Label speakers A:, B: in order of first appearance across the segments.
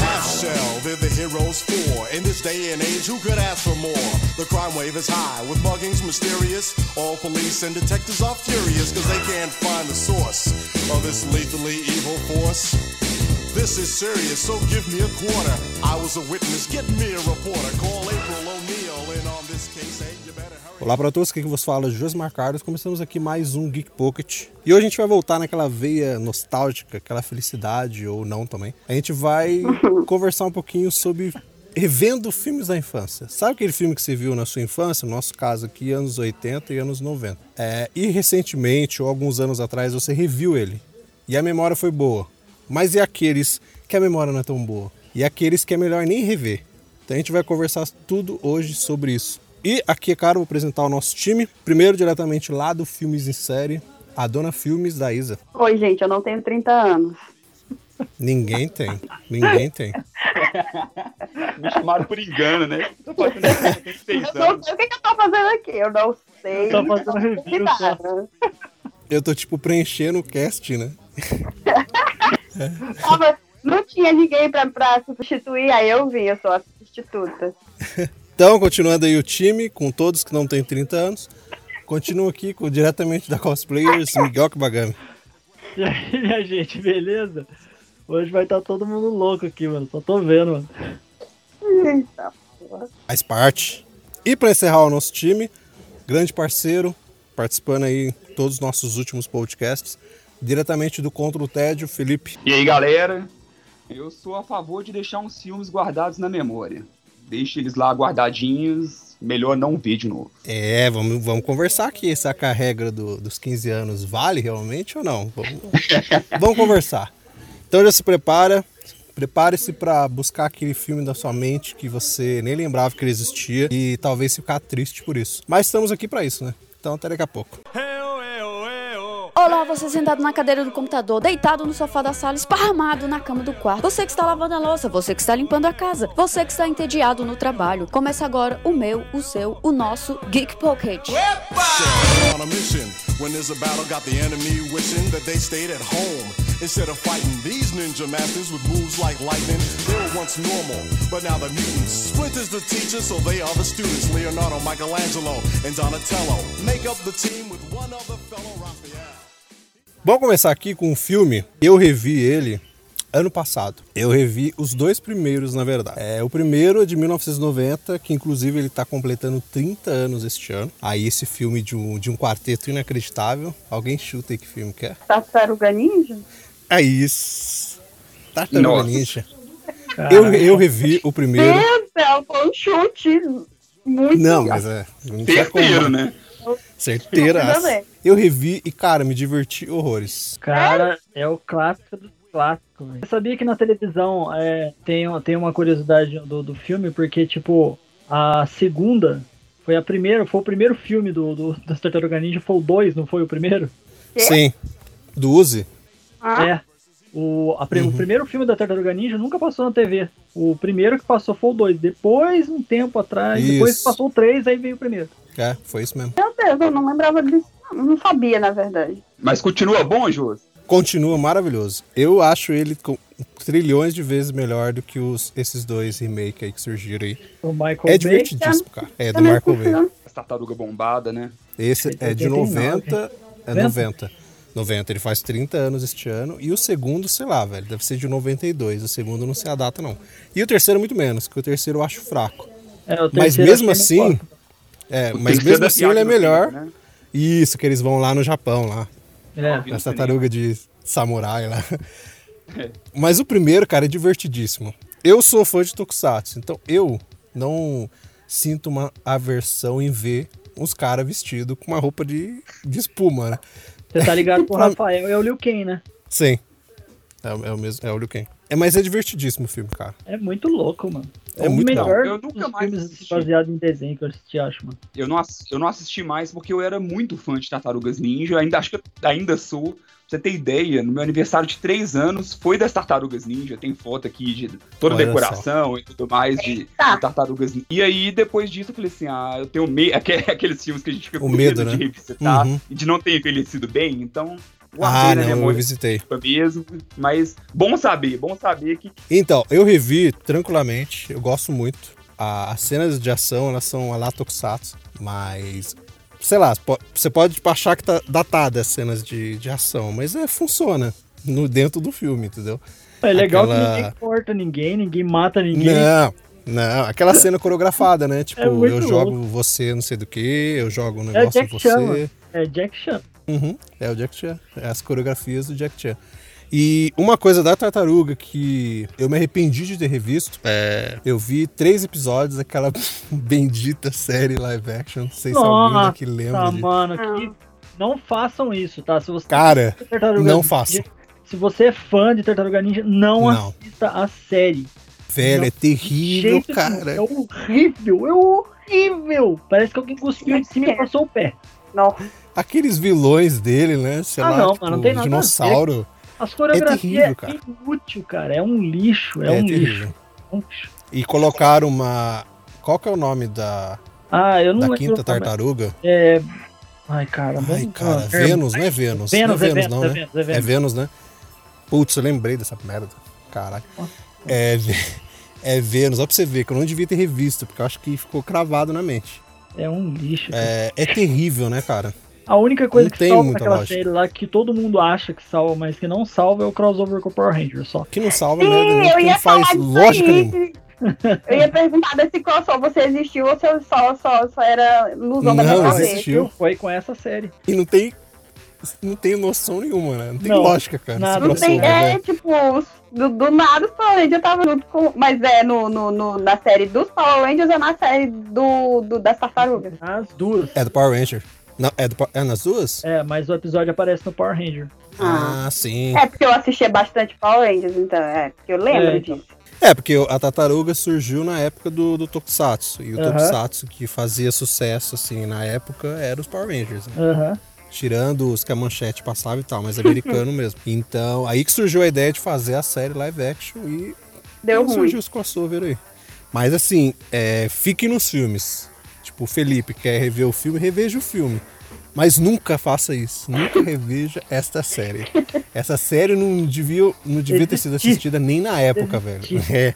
A: Michelle, they're the heroes for. In this day and age, who could ask for more? The crime wave is high, with muggings mysterious. All police and detectives are furious, cause they can't find the source of this lethally evil force. This is serious, so give me a quarter. I was a witness, get me a reporter. Call April O'Neil, and on this case, hey, you better hurry.
B: Olá para todos, aqui que vos fala Josmar Carlos. Começamos aqui mais um Geek Pocket. E hoje a gente vai voltar naquela veia nostálgica, aquela felicidade ou não também. A gente vai conversar um pouquinho sobre revendo filmes da infância. Sabe aquele filme que você viu na sua infância? No nosso caso aqui, anos 80 e anos 90. É, e recentemente, ou alguns anos atrás, você reviu ele. E a memória foi boa. Mas e aqueles que a memória não é tão boa? E aqueles que é melhor nem rever? Então a gente vai conversar tudo hoje sobre isso. E aqui, é claro, vou apresentar o nosso time. Primeiro, diretamente lá do Filmes em Série, a Dona Filmes da Isa.
C: Oi, gente, eu não tenho 30 anos.
B: Ninguém tem, ninguém tem.
D: Me chamaram por engano, né? Tô fazendo 36
C: Eu não
D: anos.
C: sei o que, que eu tô fazendo aqui, eu não sei.
E: Tá fazendo
C: não sei
E: review
C: nada.
E: só.
B: Eu tô, tipo, preenchendo o cast, né?
C: Ah, mas não tinha ninguém pra, pra substituir, aí eu vim, eu sou a substituta.
B: Então, continuando aí o time, com todos que não têm 30 anos. Continuo aqui com diretamente da Cosplayers, Miguel Kibagami.
E: E aí, minha gente, beleza? Hoje vai estar todo mundo louco aqui, mano. Só tô vendo, mano.
C: Eita.
B: Faz parte. E pra encerrar o nosso time, grande parceiro, participando aí em todos os nossos últimos podcasts, diretamente do Contra o Tédio, Felipe.
D: E aí, galera? Eu sou a favor de deixar uns filmes guardados na memória. Deixe eles lá guardadinhos, melhor não ver de novo.
B: É, vamos, vamos conversar aqui. Será que a regra do- dos 15 anos vale realmente ou não? Vamos, vamos conversar. Então já se prepara. Prepare-se para buscar aquele filme da sua mente que você nem lembrava que ele existia e talvez ficar triste por isso. Mas estamos aqui para isso, né? Então até daqui a pouco.
F: Olá, você sentado na cadeira do computador, deitado no sofá da sala, esparramado na cama do quarto. Você que está lavando a louça, você que está limpando a casa, você que está entediado no trabalho. Começa agora o meu, o seu, o nosso Geek Pocket.
A: on a mission. When there's a battle, got the enemy wishing that they stayed at home. Instead of fighting these ninja masters with moves like lightning, they were once normal, but now they're mutants. Splinter's the teacher, so they are the students. Leonardo, Michelangelo, and Donatello make up the team with one other fellow Raphael.
B: Vamos começar aqui com um filme. Eu revi ele ano passado. Eu revi os dois primeiros, na verdade. É, o primeiro é de 1990, que inclusive ele tá completando 30 anos este ano. Aí esse filme de um, de um quarteto inacreditável. Alguém chuta aí que filme que é?
C: Tá, Tartaruga Ninja?
B: É isso. Tartaruga
D: Nossa.
B: Tá Ninja. Eu, eu revi o primeiro.
C: Meu Deus, foi um chute muito
B: Não,
C: legal.
B: mas é. Não tinha como.
D: Terceiro, né?
B: Certeira.
C: Tudo bem.
B: Eu revi e, cara, me diverti horrores.
E: Cara, é o clássico do clássico, velho. Eu sabia que na televisão é, tem, tem uma curiosidade do, do filme, porque, tipo, a segunda foi a primeira, foi o primeiro filme do, do, das Tartaruga Ninja, foi o 2, não foi o primeiro?
C: Quê?
B: Sim. Do Uzi?
C: Ah,
E: É. O, a pri-
B: Uhum.
E: o primeiro filme da Tartaruga Ninja nunca passou na TV. O primeiro que passou foi o 2. Depois, um tempo atrás, depois
B: Isso.
E: passou o 3, aí veio o primeiro.
B: É, foi isso mesmo.
C: Meu Deus, eu não lembrava disso. não, Não sabia, na verdade.
D: Mas continua bom, Jô?
B: continua maravilhoso. Eu acho ele com trilhões de vezes melhor do que os, esses dois remake aí que surgiram aí.
E: O Michael
B: É
E: Bay.
B: divertidíssimo, cara. É do
C: Também
B: Michael
C: não sei
B: Bay.
C: não.
D: As tartaruga bombada, né?
B: Esse é de
E: 89.
B: 90, é 90. 90, ele faz 30 anos este ano. E o segundo, sei lá, velho, deve ser de 92. O segundo não sei a data, não. E o terceiro, muito menos, que o terceiro eu acho fraco.
E: É, o
B: Mas
E: terceiro
B: mesmo
E: achei meio
B: assim.
E: foda.
B: É,
D: O
B: mas
D: terceiro
B: mesmo
D: da
B: assim ele é
D: viagem no
B: melhor.
D: tempo, né?
B: Isso, que eles vão lá no Japão, lá.
E: É.
B: Essa tartaruga de samurai lá. Mas o primeiro, cara, é divertidíssimo. Eu sou fã de Tokusatsu, então eu não sinto uma aversão em ver uns caras vestidos com uma roupa de, de espuma, né?
E: Você tá ligado com o Rafael e o Liu Kang, né?
B: Sim. É, o- é o mesmo, é o Liu Kang. É, mas é divertidíssimo o filme, cara.
E: É muito louco, mano.
B: É muito
D: bom. Eu nunca
E: dos
D: mais
E: filmes
D: assisti.
E: baseados em desenho que eu assisti, acho, mano.
D: Eu não, ass- eu não assisti mais porque eu era muito fã de Tartarugas Ninja. Ainda, acho que eu ainda sou. Pra você ter ideia, no meu aniversário de 3 anos foi das Tartarugas Ninja. Tem foto aqui de toda a
B: Olha
D: decoração e tudo mais de, de Tartarugas Ninja. E aí, depois disso, eu falei assim: ah, eu tenho medo. Aqueles filmes que a gente fica
B: O medo,
D: de
B: né?
D: revisitar
B: Uhum.
D: e de não ter envelhecido bem. Então, guardei
B: ah, não,
D: na
B: eu
D: memória
B: visitei.
D: mesmo. Mas bom saber, bom saber que
B: Então, eu revi tranquilamente, eu gosto muito. A- as cenas de ação, elas são a lá tokusatsu, mas... Sei lá, po- você pode tipo, achar que tá datada as cenas de, de ação, mas é, funciona no, dentro do filme, entendeu?
E: É legal que
B: Aquela-
E: ninguém corta ninguém, ninguém mata ninguém. É
B: Não, não. Aquela cena coreografada, né? Tipo,
E: muito
B: eu jogo você não sei do que, eu jogo um
E: É
B: negócio em
E: Jack
B: você.
E: Chan, é Jack Chan.
B: Uhum, é o Jack Chan. É as coreografias do Jack Chan. E uma coisa da tartaruga que eu me arrependi de ter revisto, é... eu vi três episódios daquela bendita série live action. Não sei se alguém
E: Nossa,
B: aqui lembra
E: Tá,
B: de.
E: mano,
C: Não.
E: que- não façam isso, tá? Se você
B: Cara,
E: Tartaruga
B: não
E: Ninja-
B: façam.
E: Se você é fã de Tartaruga Ninja, não,
B: Não.
E: assista a série.
B: velho, é terrível,
E: Jeito nenhum.
B: cara.
E: É horrível, é horrível. Parece que alguém cuspiu em cima e passou o pé.
C: Nossa,
B: Aqueles vilões dele, né? Sei
E: Ah,
B: lá,
E: não,
B: tipo,
E: mano, não tem nada a ver.
B: dinossauro.
E: As
B: É
E: coreografias
B: terrível, cara.
E: é inútil, cara. É um lixo, é,
B: É
E: um
B: terrível.
E: lixo. é um lixo.
B: E colocaram uma. Qual que é o nome da,
E: Ah, eu não
B: da
E: lembro
B: quinta
E: o nome.
B: tartaruga?
E: É... Ai, cara.
B: Ai,
E: vamos-
B: cara,
E: ah,
B: Vênus, não é Vênus.
E: Vênus,
B: não
E: é
B: é Vênus,
E: Vênus,
B: não,
E: é
B: né?
E: Vênus, é
B: É
E: Vênus.
B: Vênus, né? Putz, eu lembrei dessa merda. Caralho. É, Vê- é Vênus, ó pra você ver, que eu não devia ter revisto, porque eu acho que ficou cravado na mente.
E: É um lixo. cara.
B: É, é terrível, né, cara?
E: A única coisa
B: não
E: que
B: tem
E: salva
B: muita
E: naquela
B: lógica.
E: série lá que todo mundo acha que salva, mas que não salva é o crossover com o Power Ranger só.
B: Que não salva
C: sim,
B: merda, não,
C: eu
B: porque
C: ia
B: não faz né?
C: falar disso
B: lógica
C: aí.
B: nenhuma.
C: Eu ia perguntar desse crossover se existiu ou se eu só, só, só era ilusão da minha
B: Não,
C: cabeça.
B: existe. Existiu.
E: Foi com essa série.
B: E não tem. Não tem noção nenhuma, né? Não tem
E: Não,
B: lógica, cara.
E: nada.
B: esse
C: Não tem,
B: crossover,
C: é,
B: né?
C: tipo, do, do nada os Power Rangers tava junto com. Mas é no, no, no- na série dos Power Rangers ou na série do, do, das tartarugas?
E: As duas.
B: É do Power Ranger. Não, é, do, Pa- é nas duas?
E: É, mas o episódio aparece no Power Ranger.
B: Ah, sim.
C: É porque eu assistia bastante Power Rangers, então, é, porque eu lembro
E: É, então.
C: disso.
B: É, porque o- a tartaruga surgiu na época do, do Tokusatsu. E o
E: Aham.
B: Tokusatsu que fazia sucesso, assim, na época, era os Power Rangers. né?
E: Aham.
B: Tirando os que a manchete passava e tal, mas americano mesmo. Então, aí que surgiu a ideia de fazer a série live action e
C: Deu ruim.
B: surgiu os crossover aí. Mas assim, é, fiquem nos filmes. Tipo, o Felipe quer rever o filme, reveja o filme. Mas nunca faça isso. Nunca reveja esta série. Essa série não devia, não devia ter sido
E: Desistir.
B: assistida nem na época, velho. É,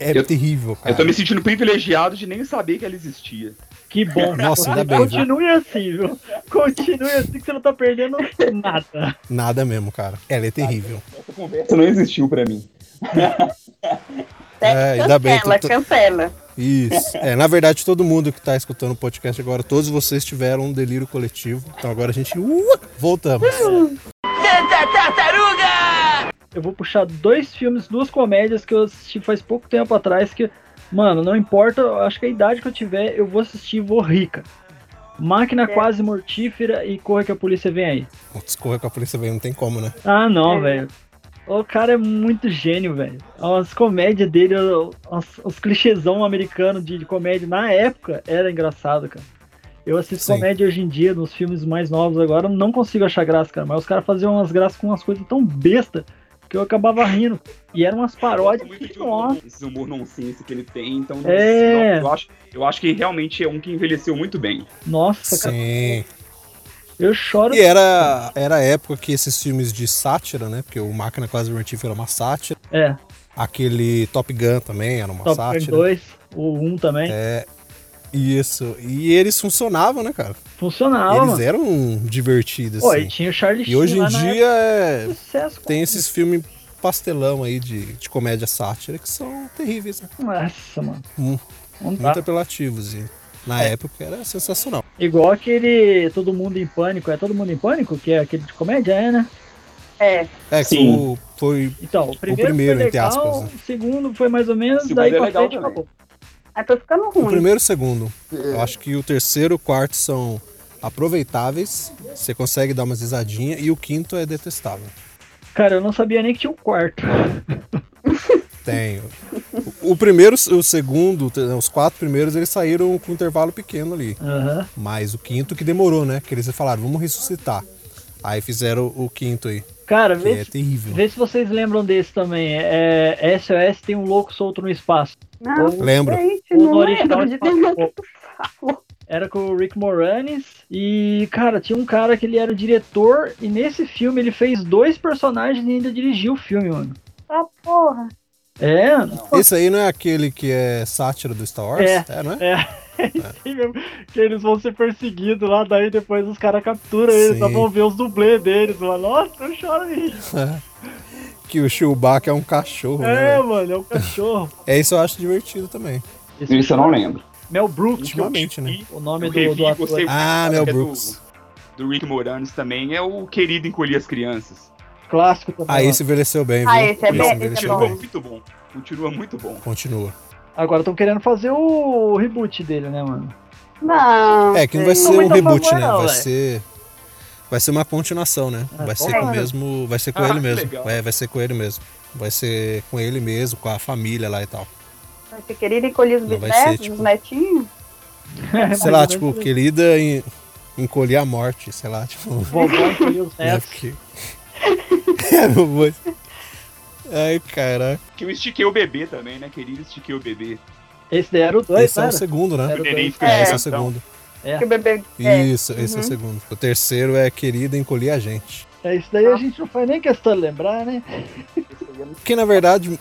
B: é
D: Eu-
B: terrível, cara.
D: eu tô me sentindo privilegiado de nem saber que ela existia.
E: Que bom.
B: Nossa, ainda bem,
E: Continue assim, viu? Continue assim que você não tá perdendo nada.
B: Nada mesmo, cara. Ela é terrível.
D: Essa conversa não existiu pra mim.
B: É, ainda bem,
C: cancela,
B: tô- tô-
C: cancela.
B: Isso. É, na verdade, todo mundo que tá escutando o podcast agora, todos vocês tiveram um delírio coletivo. Então agora a gente. uh, voltamos.
E: Eu vou puxar dois filmes, duas comédias que eu assisti faz pouco tempo atrás que, mano, não importa, eu acho que a idade que eu tiver, eu vou assistir e vou rica. Máquina Quase Mortífera e Corra que a Polícia Vem Aí.
B: Putz, correr com a polícia velho, não tem como, né?
E: Ah, não,
C: É.
E: velho. O cara é muito gênio, velho. As comédias dele, os, os clichêzão americanos de, de comédia na época era engraçado, cara. Eu assisto
B: Sim.
E: comédia hoje em dia, nos filmes mais novos agora, eu não consigo achar graça, cara. Mas os caras faziam umas graças com umas coisas tão besta que eu acabava rindo. E eram umas paródias.
D: Eu gosto muito de
E: Nossa,
D: humor, esse humor nonsense que ele tem, então
E: É.
D: eu, acho, eu acho que realmente é um que envelheceu muito bem.
E: nossa, cara.
B: Sim.
E: Eu choro.
B: E era, era a época que esses filmes de sátira, né? Porque o Máquina Quase Mortífera era uma sátira.
E: É,
B: Aquele Top Gun também era uma
E: Top Gun
B: sátira. É.
E: 2, o 1 também.
B: Isso. E eles funcionavam, né, cara?
E: Funcionava.
B: eles
E: mano.
B: eram divertidos,
E: Pô, e
B: assim.
E: tinha o Charlie
B: E hoje em
E: Sheen lá na época,
B: dia é-
E: sucesso,
B: tem esses filmes pastelão aí de, de comédia sátira que são terríveis, né?
E: Nossa, mano.
B: Hum.
E: Não dá.
B: Muito apelativos. E na época era sensacional.
E: Igual aquele Todo Mundo em Pânico. É Todo Mundo em Pânico? Que é aquele de comédia, é, né?
C: É,
B: É, que
D: Sim.
B: o- foi
E: Então, o primeiro,
B: primeiro,
E: foi
B: entre
E: legal,
B: aspas, né?
E: o segundo foi mais ou menos,
D: O segundo
E: daí
D: é
E: pra
D: legal
E: frente
D: também.
E: acabou.
C: aí foi ficando
B: O
C: ruim.
B: primeiro e o segundo.
E: É.
B: Eu acho que o terceiro e o quarto são aproveitáveis, você consegue dar umas risadinhas, e o quinto é detestável.
E: Cara, eu não sabia nem que tinha um quarto.
B: Tenho. O o primeiro, o segundo, os quatro primeiros, eles saíram com um intervalo pequeno ali.
E: Aham.
B: Mas o quinto que demorou, né? Que eles falaram, vamos ressuscitar. Aí fizeram o quinto aí,
E: Cara,
B: que
E: vê,
B: é
E: se-
B: terrível.
E: vê se vocês lembram desse também. É, SOS tem um louco solto no espaço.
C: Não,
B: Lembro.
C: gente,
E: Ou no
C: não
E: original
C: lembro de ter
E: espaço.
C: falou.
E: Era com o Rick Moranis. E, cara, tinha um cara que ele era o diretor. E nesse filme ele fez dois personagens e ainda dirigiu o filme, mano.
G: Ah, porra.
E: É,
B: Esse aí não é aquele que é sátira do Star Wars?
E: É.
B: não é?
E: é. É isso aí mesmo, que eles vão ser perseguidos lá, daí depois os caras capturam eles,
B: Sim.
E: só vão ver os dublês deles, mano. Nossa, eu choro aí.
B: Que o Chewbacca é um cachorro,
E: É,
B: né?
E: mano, é um cachorro.
B: É isso eu acho divertido também.
D: Isso eu não lembro.
E: Mel Brooks,
B: Ultimamente, né?
E: o nome
D: Eu
E: do,
D: revi,
E: do ator.
D: gostei
B: Ah,
D: muito,
B: Mel
D: que é do-
B: Brooks.
D: Do, Rick Moranis também é o querido encolher as crianças.
E: é Clássico também.
B: Ah,
E: mano.
B: esse envelheceu bem, viu?
C: Ah, esse é bem- esse é
B: envelheceu
C: bom.
D: Ficou
B: bem.
D: muito bom. Continua muito bom.
B: Continua.
E: Agora estão querendo fazer o reboot dele, né, mano?
C: Não.
B: É, que não vai
E: Não,
B: ser um
E: mas não
B: reboot,
E: foi
B: né?
E: não,
B: Vai
E: velho.
B: ser. Vai ser uma continuação, né?
E: Ah,
B: Vai ser
E: porra.
B: com o mesmo. Vai ser com
D: Ah,
B: ele
D: que
B: mesmo.
D: legal.
B: É, vai ser com ele mesmo. Vai ser com ele mesmo, com a família lá e tal.
C: Você queria encolher os
B: Não vai
C: bisnetos,
B: ser, tipo-
C: os netinhos?
E: É
B: Sei lá, tipo, querida em... encolher a morte, sei lá, tipo.
E: Vovó encolheu os
B: né,
E: netos.
B: porque- Era um monte. Ai, caraca.
D: Que eu estiquei o bebê também, né? Querido, estiquei o bebê.
E: Esse daí era o dois,
B: Esse é o
E: cara.
B: segundo, né?
E: Era o
D: Neném
E: dois.
D: fica
B: É, esse é o
D: gigantão.
B: segundo.
E: É.
C: Que o bebê. É.
B: Isso, esse é o segundo. O terceiro é querida encolher a gente.
E: É, Esse daí
D: Ah.
E: a gente não faz nem questão de lembrar, né?
B: Porque na verdade,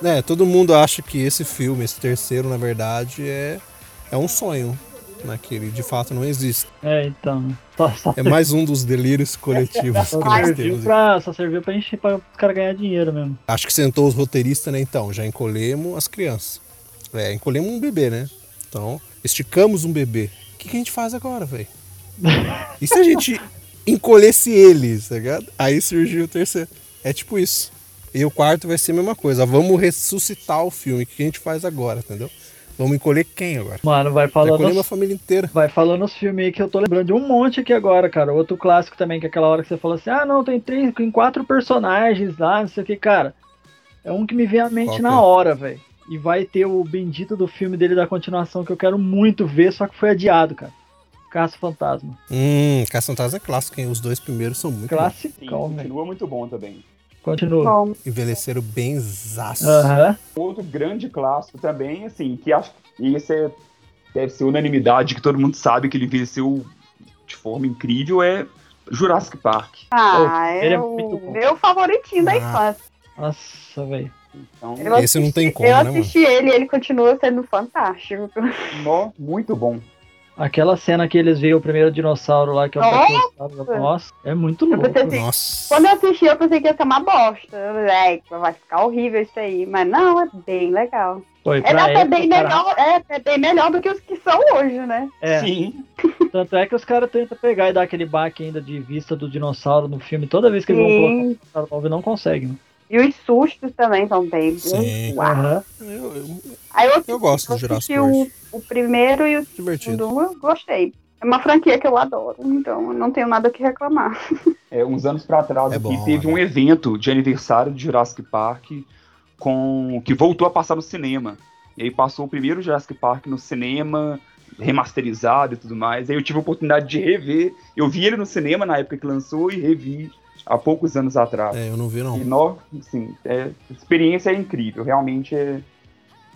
B: né, todo mundo acha que esse filme, esse terceiro, na verdade, é, é um sonho. Né, que ele de fato não existe.
E: É, então. Só, só,
B: É mais um dos delírios coletivos que
E: só
B: nós
E: serviu
B: temos.
E: pra, só serviu pra encher pra os caras ganhar dinheiro mesmo.
B: Acho que sentou os roteiristas, né? Então, já encolhemos as crianças. É, encolhemos um bebê, né? Então, esticamos um bebê. O que, que a gente faz agora, velho? E se a gente encolhesse eles, tá ligado? Aí surgiu o terceiro. É tipo isso. E o quarto vai ser a mesma coisa. Vamos ressuscitar o filme. O que a gente faz agora, entendeu? Vamos encolher quem agora?
E: Mano, vai
B: Já
E: falando.
B: encolhemos a família inteira.
E: Vai falando os filmes aí que eu tô lembrando de um monte aqui agora, cara. Outro clássico também, que é aquela hora que você fala assim, ah, não, tem três, tem quatro personagens lá, não sei o que, cara. É um que me vem à mente
B: Qual que é?
E: na hora, velho. E vai ter o bendito do filme dele da continuação que eu quero muito ver, só que foi adiado, cara. Caça Fantasma.
B: Hum, Caça Fantasma é clássico, hein? Os dois primeiros são muito bons.
D: Sim,
E: Classicão, velho.
D: continua muito bom também.
E: Continua.
C: Bom,
B: Envelheceram bem zaço.
E: Aham.
D: Outro grande clássico também, assim, que acho que esse é, deve ser unanimidade, que todo mundo sabe que ele venceu de forma incrível, é Jurassic Park.
E: Pô,
C: ah,
E: ele
C: é,
E: é muito
C: o
E: bom.
C: meu favoritinho
B: Ah,
C: da infância.
E: Nossa, velho.
D: Então,
C: Eu
B: Esse não tem
C: assisti-
B: como,
C: Eu
B: né,
C: assisti ele e ele continua sendo fantástico.
D: um nó, muito bom.
E: Aquela cena que eles veem o primeiro dinossauro lá, que é o
C: Nossa!
E: Tratossauro. Nossa, é muito
C: Eu
E: louco.
C: pensei assim,
B: Nossa.
C: Quando eu assisti, eu pensei que ia ser uma bosta. Eu falei, "Ai, vai ficar horrível isso aí. Mas não, é bem legal.
E: Foi
C: É até
E: época,
C: bem
E: cara.
C: melhor, é, é bem melhor do que os que são hoje, né?
E: É.
D: Sim.
E: Tanto é que os caras tentam pegar e dar aquele baque ainda de vista do dinossauro no filme. Toda vez que eles vão colocar o
C: E,
E: dinossauro novo, não conseguem.
C: e os sustos também são bem.
B: Sim.
C: Uau.
E: Aham.
B: Eu, eu-
C: Aí eu, assisti-
B: eu gosto
C: eu
B: do Jurassic
C: assisti
B: World.
C: o, o primeiro e o
B: Divertido.
C: segundo, eu gostei. É uma franquia que eu adoro, então eu não tenho nada o que reclamar.
D: É, uns anos pra trás
B: É
D: aqui,
B: bom,
D: teve
B: né?
D: um evento de aniversário de Jurassic Park com que voltou a passar no cinema. E aí passou o primeiro Jurassic Park no cinema, remasterizado e tudo mais. Aí eu tive a oportunidade de rever. Eu vi ele no cinema na época que lançou e revi há poucos anos atrás.
B: É, eu não vi,
D: E
B: não.
D: nó, assim, é, a experiência é incrível. Realmente é,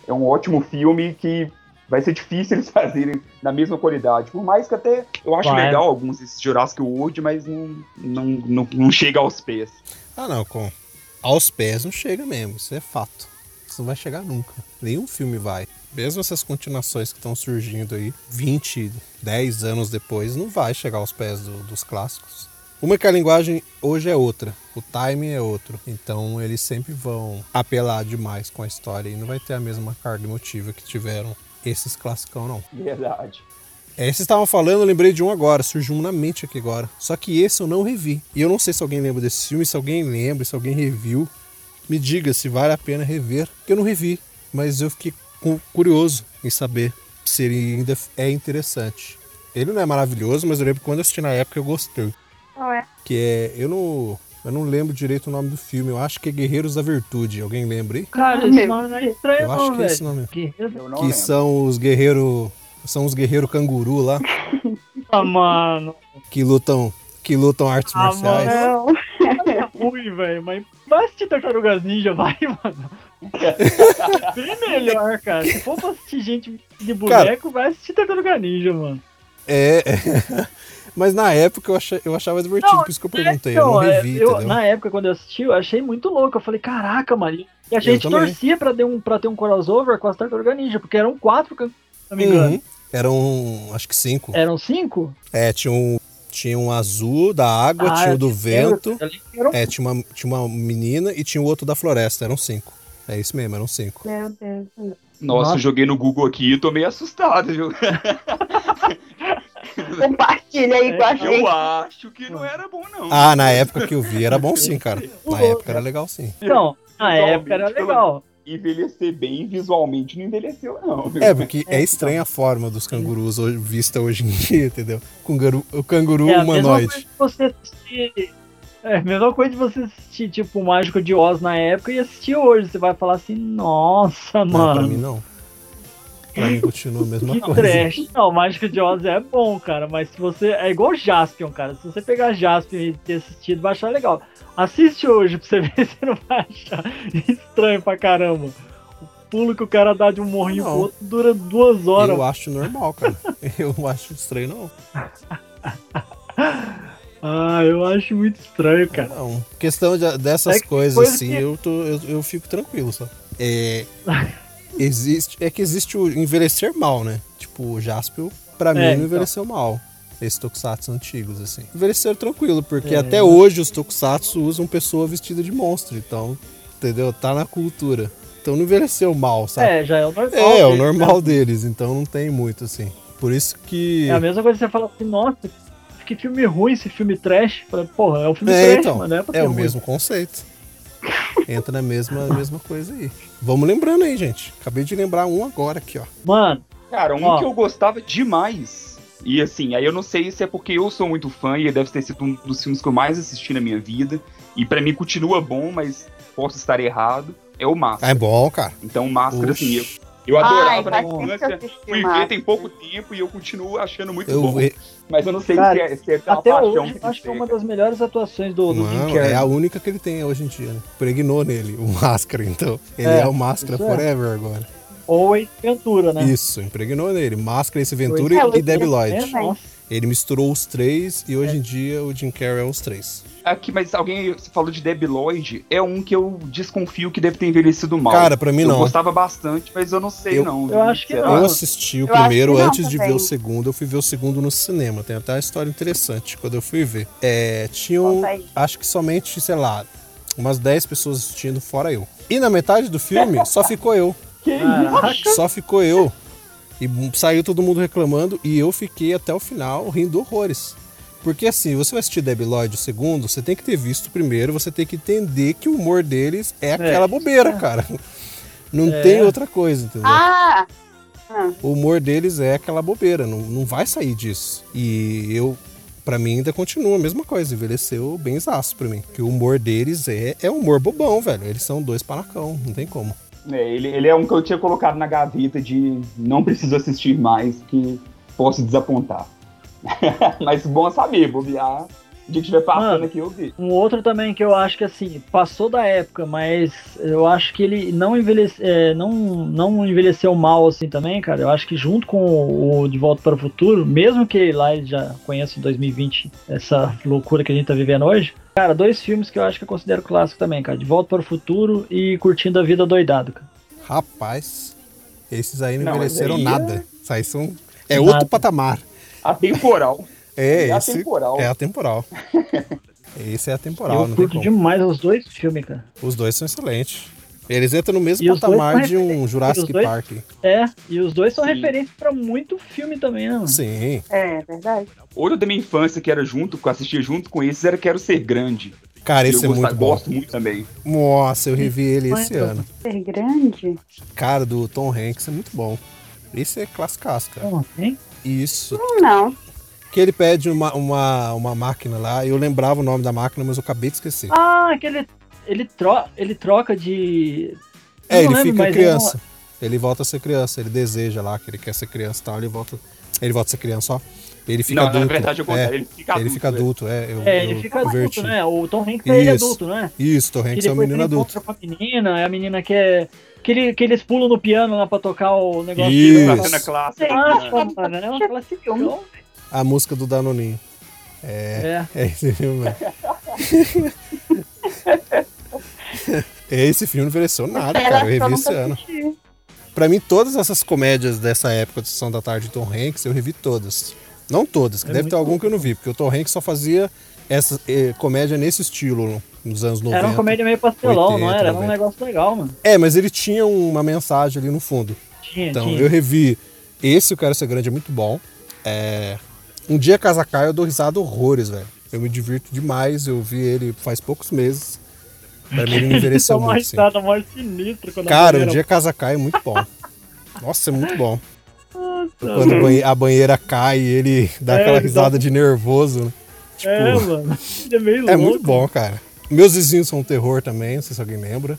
D: é um ótimo filme que vai ser difícil eles fazerem na mesma qualidade. Por mais que até eu acho
E: Vai.
D: legal alguns desses Jurassic World, mas não, não, não, não chega aos pés.
B: Ah, não, com. Aos pés não chega mesmo, isso é fato. Isso não vai chegar nunca. Nenhum filme vai. Mesmo essas continuações que estão surgindo aí, 20, 10 anos depois, não vai chegar aos pés do- dos clássicos. Uma que a linguagem hoje é outra, o timing é outro. Então eles sempre vão apelar demais com a história e não vai ter a mesma carga emotiva que tiveram esses classicão, não.
D: Verdade.
B: É, vocês estavam falando, eu lembrei de um agora, surgiu um na mente aqui agora. Só que esse eu não revi. E eu não sei se alguém lembra desse filme, se alguém lembra, se alguém reviu. Me diga se vale a pena rever, porque eu não revi. Mas eu fiquei cu- curioso em saber se ele ainda é interessante. Ele não é maravilhoso, mas eu lembro que quando eu assisti na época eu gostei.
C: Não é?
B: Que é. Eu não. Eu não lembro direito o nome do filme. Eu acho que é Guerreiros da Virtude. Alguém lembra aí?
E: Cara,
C: Ah,
E: esse
C: meu.
E: nome não é estranho,
B: Eu acho
E: não,
B: que é esse
E: velho.
B: nome.
E: Que
D: Eu não
B: Que
D: lembro.
B: são os guerreiros. São os guerreiros canguru lá.
E: Ah, mano.
B: que lutam que lutam artes
E: Ah,
B: marciais.
E: mano.
C: Não.
E: Tá ruim, velho. Mas vai assistir Tartarugas Ninja, vai, mano. Bem melhor, cara. Se for pra assistir gente de boneco, vai assistir Tartaruga Ninja, mano.
B: É. é. Mas na época eu, acha- eu achava divertido, por isso que eu perguntei. eu não
E: Então, é,
B: revi,
E: eu-
B: entendeu?
E: na época, quando eu assisti, eu achei muito louco. Eu falei, caraca, mano. E a gente
B: também.
E: torcia pra, ter um, pra ter um crossover com as Tartaruga Ninja, porque eram quatro, se não me engano.
B: Uhum. Eram, acho que cinco.
E: Eram cinco?
B: É, tinha um, tinha um azul da água,
E: Ah,
B: tinha o do
E: eu lembro-
B: vento.
E: eu um lembro que eram-
B: É, tinha uma, tinha uma menina e tinha o outro da floresta, eram cinco. É isso mesmo, eram cinco.
C: Meu Deus.
D: Nossa,
E: Nossa.
D: eu joguei no Google aqui e tô meio assustado, viu?
C: Compartilha aí com a gente.
D: Eu acho que não era bom, não.
B: Ah, na época que eu vi era bom sim, cara. Na
E: Uhum.
B: época era legal sim.
E: Então, na
D: Visualmente,
E: época era
D: pelo-
E: legal.
D: Envelhecer bem visualmente não envelheceu, não. viu?
B: É, porque é estranha a forma dos cangurus hoje- vista hoje em dia, entendeu? Canguru, o canguru
E: É a mesma coisa
B: humanoide.
E: de você assistir. É a mesma coisa de você assistir, tipo, o Mágico de Oz na época e assistir hoje. Você vai falar assim, nossa,
B: Não, pra mim é
E: mano.
B: não. Pra mim continua a mesma
E: Que
B: coisa.
E: trash. Não, o Mágico de Oz é bom, cara. Mas se você. É igual Jaspion, cara. Se você pegar Jaspion e ter assistido, vai achar legal. Assiste hoje pra você ver se não vai achar estranho pra caramba. O pulo que o cara dá de um morrinho pro
B: Não.
E: outro dura duas horas.
B: Eu acho normal, cara. Eu não acho estranho, não.
E: Ah, eu acho muito estranho, cara.
B: Não, questão de- dessas
E: É que
B: coisas
E: coisa
B: assim,
E: que-
B: eu, tô, eu, eu fico tranquilo, só. É, existe, é que existe o envelhecer mal, né? Tipo, o Jaspel, pra mim,
E: então.
B: não envelheceu mal. Esses tokusatsu antigos, assim. Envelheceram tranquilo,
E: É.
B: porque até hoje os tokusatsu usam pessoa vestida de monstro, então, entendeu? Tá na cultura. Então não envelheceu mal, sabe?
E: É, já é o normal.
B: É, é o
E: dele,
B: normal deles, então não tem muito, assim. Por isso que.
E: É a mesma coisa que você fala assim, nossa, que filme ruim esse filme trash. Fala, Porra, é um filme
B: É,
E: trash,
B: então,
E: mano. É, pra
B: é
E: ser
B: o
E: ruim.
B: mesmo conceito. Entra na mesma, mesma coisa aí. Vamos lembrando aí, gente. Acabei de lembrar um agora aqui, ó.
E: Mano,
D: Cara, um
E: Ó.
D: que eu gostava demais. E assim, aí eu não sei se é porque eu sou muito fã e deve ter sido um dos filmes que eu mais assisti na minha vida. E pra mim continua bom, mas posso estar errado. É o Máscara.
B: Ah, é bom, cara.
D: Então, Máscara, assim, eu,
B: Oxi,
D: eu
C: Ai, tá
D: adorava né? é na
C: faz tempo que eu
D: infância.
C: assisti
D: Fui ver
C: Máscara.
D: tem pouco tempo e eu continuo achando muito
B: eu,
D: bom.
B: ve-
D: Mas eu não sei
E: Cara,
D: se é, se é aquela
E: até
D: paixão
E: hoje
D: que
E: eu acho que é
D: tem,
E: uma das melhores atuações do, do Jim
B: Não,
E: Carrey.
B: é a única que ele tem hoje em dia, né? Pregnou nele, o Máscara, então. Ele é,
E: É,
B: o Máscara
E: isso é.
B: Forever agora.
E: Ou em Ventura, né?
B: Isso, impregnou nele. Máscara, esse Ventura
C: É,
B: e Debbie
E: É,
B: Lloyd.
E: nossa.
B: Ele misturou os três e
E: É.
B: hoje em dia o Jim Carrey é os três.
D: Aqui, mas alguém você falou de Debbie Lloyd, é um que eu desconfio que deve ter envelhecido mal.
B: Cara, pra mim
D: eu
B: não.
D: gostava bastante, mas eu não sei
B: Eu-
D: não. né?
E: eu acho que
D: Será?
E: não.
B: Eu assisti o
C: Eu acho
B: primeiro
C: que não
B: antes de ver
C: também.
B: o segundo. Eu fui ver o segundo no cinema. Tem até uma história interessante quando eu fui ver. É, tinham,
C: Conta aí.
B: acho que somente, sei lá, umas 10 pessoas assistindo, fora eu. E na metade do filme, só ficou eu.
D: Ah,
E: Caraca.
B: Só ficou eu. E m- saiu todo mundo reclamando e eu fiquei até o final rindo horrores. Porque assim, você vai assistir Debbie Lloyd o segundo, você tem que ter visto o primeiro, você tem que entender que o humor deles é aquela bobeira, cara. Não
E: É.
B: tem outra coisa, entendeu?
C: Ah,
B: o humor deles é aquela bobeira, não, não vai sair disso. E eu, pra mim, ainda continua a mesma coisa, envelheceu bem zaço pra mim. Que o humor deles é, é um humor bobão, velho. Eles são dois panacão, não tem como.
D: É, ele, ele é um que eu tinha colocado na gaveta de não preciso assistir mais, que posso desapontar. mas bom saber, bobear. O dia que estiver passando
E: Mano.
D: aqui, eu vi.
E: Um outro também que eu acho que assim, passou da época, mas eu acho que ele não, envelhece, é, não, não envelheceu mal assim também, cara. Eu acho que junto com o, o De Volta para o Futuro, mesmo que lá ele já conheça em 2020 essa loucura que a gente tá vivendo hoje, cara, dois filmes que eu acho que eu considero clássico também, cara. De Volta para o Futuro e Curtindo a Vida Doidado, cara.
B: Rapaz, esses aí não,
D: Não, mas
B: envelheceram
D: aí é-
B: nada. Isso aí são. É
E: Nada.
B: outro patamar.
D: Ah, Atemporal.
B: É,
D: É
B: esse.
D: atemporal.
B: É atemporal. esse é atemporal, não
E: eu
B: tem
E: curto
B: como.
E: demais os dois filmes, cara.
B: Os dois são excelentes. Eles entram no mesmo
E: E os dois
B: patamar
E: são
B: de um Jurassic
E: dois-
B: Park.
E: É, e os dois são
D: Sim.
E: referência pra muito filme também, né, mano?
B: Sim.
C: é verdade.
D: Outro da minha infância que era junto, que eu assistia junto com esses, era Quero Ser Grande.
B: Cara, esse
D: eu
B: é
D: gostava-
B: muito bom.
D: gosto muito também.
B: Nossa, eu revi ele esse
E: Muito.
B: ano.
C: Ser grande?
B: Cara, do Tom Hanks é muito bom. Esse é classicaço, cara.
E: Então, hein?
B: Isso.
C: Não.
B: Que ele pede uma, uma, uma máquina lá. Eu lembrava o nome da máquina, mas eu acabei de esquecer.
E: Ah, aquele. Ele, tro ele troca de. eu
B: é,
E: não
B: ele
E: lembro,
B: fica
E: mas
B: criança. Ele volta a ser criança. Ele deseja lá que ele quer ser criança e tal. Ele volta, ele volta a ser criança, ó. Ele fica
D: não,
B: adulto.
D: na verdade é o contrário, ele fica
B: ele
D: adulto.
B: fica adulto, é. Eu,
E: É, ele
B: eu
E: fica
B: converti.
E: adulto, né? O Tom Hanks é ele
B: Isso.
E: adulto, não é?
B: Isso, Tom
E: Que
B: Hanks é um
E: depois ele
B: menino adulto.
E: encontra com a menina, é a menina que é. Que, ele, que eles pulam no piano lá pra tocar o negócio.
B: Isso.
D: Na cena clássica.
E: Ah,
D: né?
E: mano, é um
C: assim,
E: classicão.
B: A música do Danoninho.
E: É.
B: É esse filme. esse filme não envelheceu nada, cara. Eu
C: só
B: revi
C: nunca
E: tá
B: esse ano.
C: assisti.
B: Pra mim, todas essas comédias dessa época de Sessão da Tarde de Tom Hanks, eu revi todas. Não todas, que
E: É
B: deve
E: muito
B: ter algum que eu não vi, porque o Tom Hanks só fazia essa eh, comédia nesse estilo nos anos 90.
E: Era uma comédia meio pastelão, não
B: 80,
E: era? Era um
B: 90.
E: negócio legal, mano.
B: É, mas ele tinha uma mensagem ali no fundo.
E: Tinha,
B: Então,
E: tinha.
B: eu revi. Esse, O Quero Ser Grande, é muito bom. É, Um dia casacar, eu dou risada horrores, velho. Eu me divirto demais, eu vi ele faz poucos meses. Pra mim, ele não envelheceu
E: Tá uma
B: muito, assim.
E: risada mó sinistra quando a
B: Cara, um
E: banheira-
B: dia casa cai é muito bom. Nossa, é muito bom. Quando a banhe- a banheira cai e ele dá
E: É,
B: aquela
E: ele
B: risada
E: dá-
B: de nervoso. né? Tipo,
E: É, mano. Ele é meio
B: é
E: louco.
B: muito bom, cara. Meus vizinhos são um terror também, não sei se alguém lembra.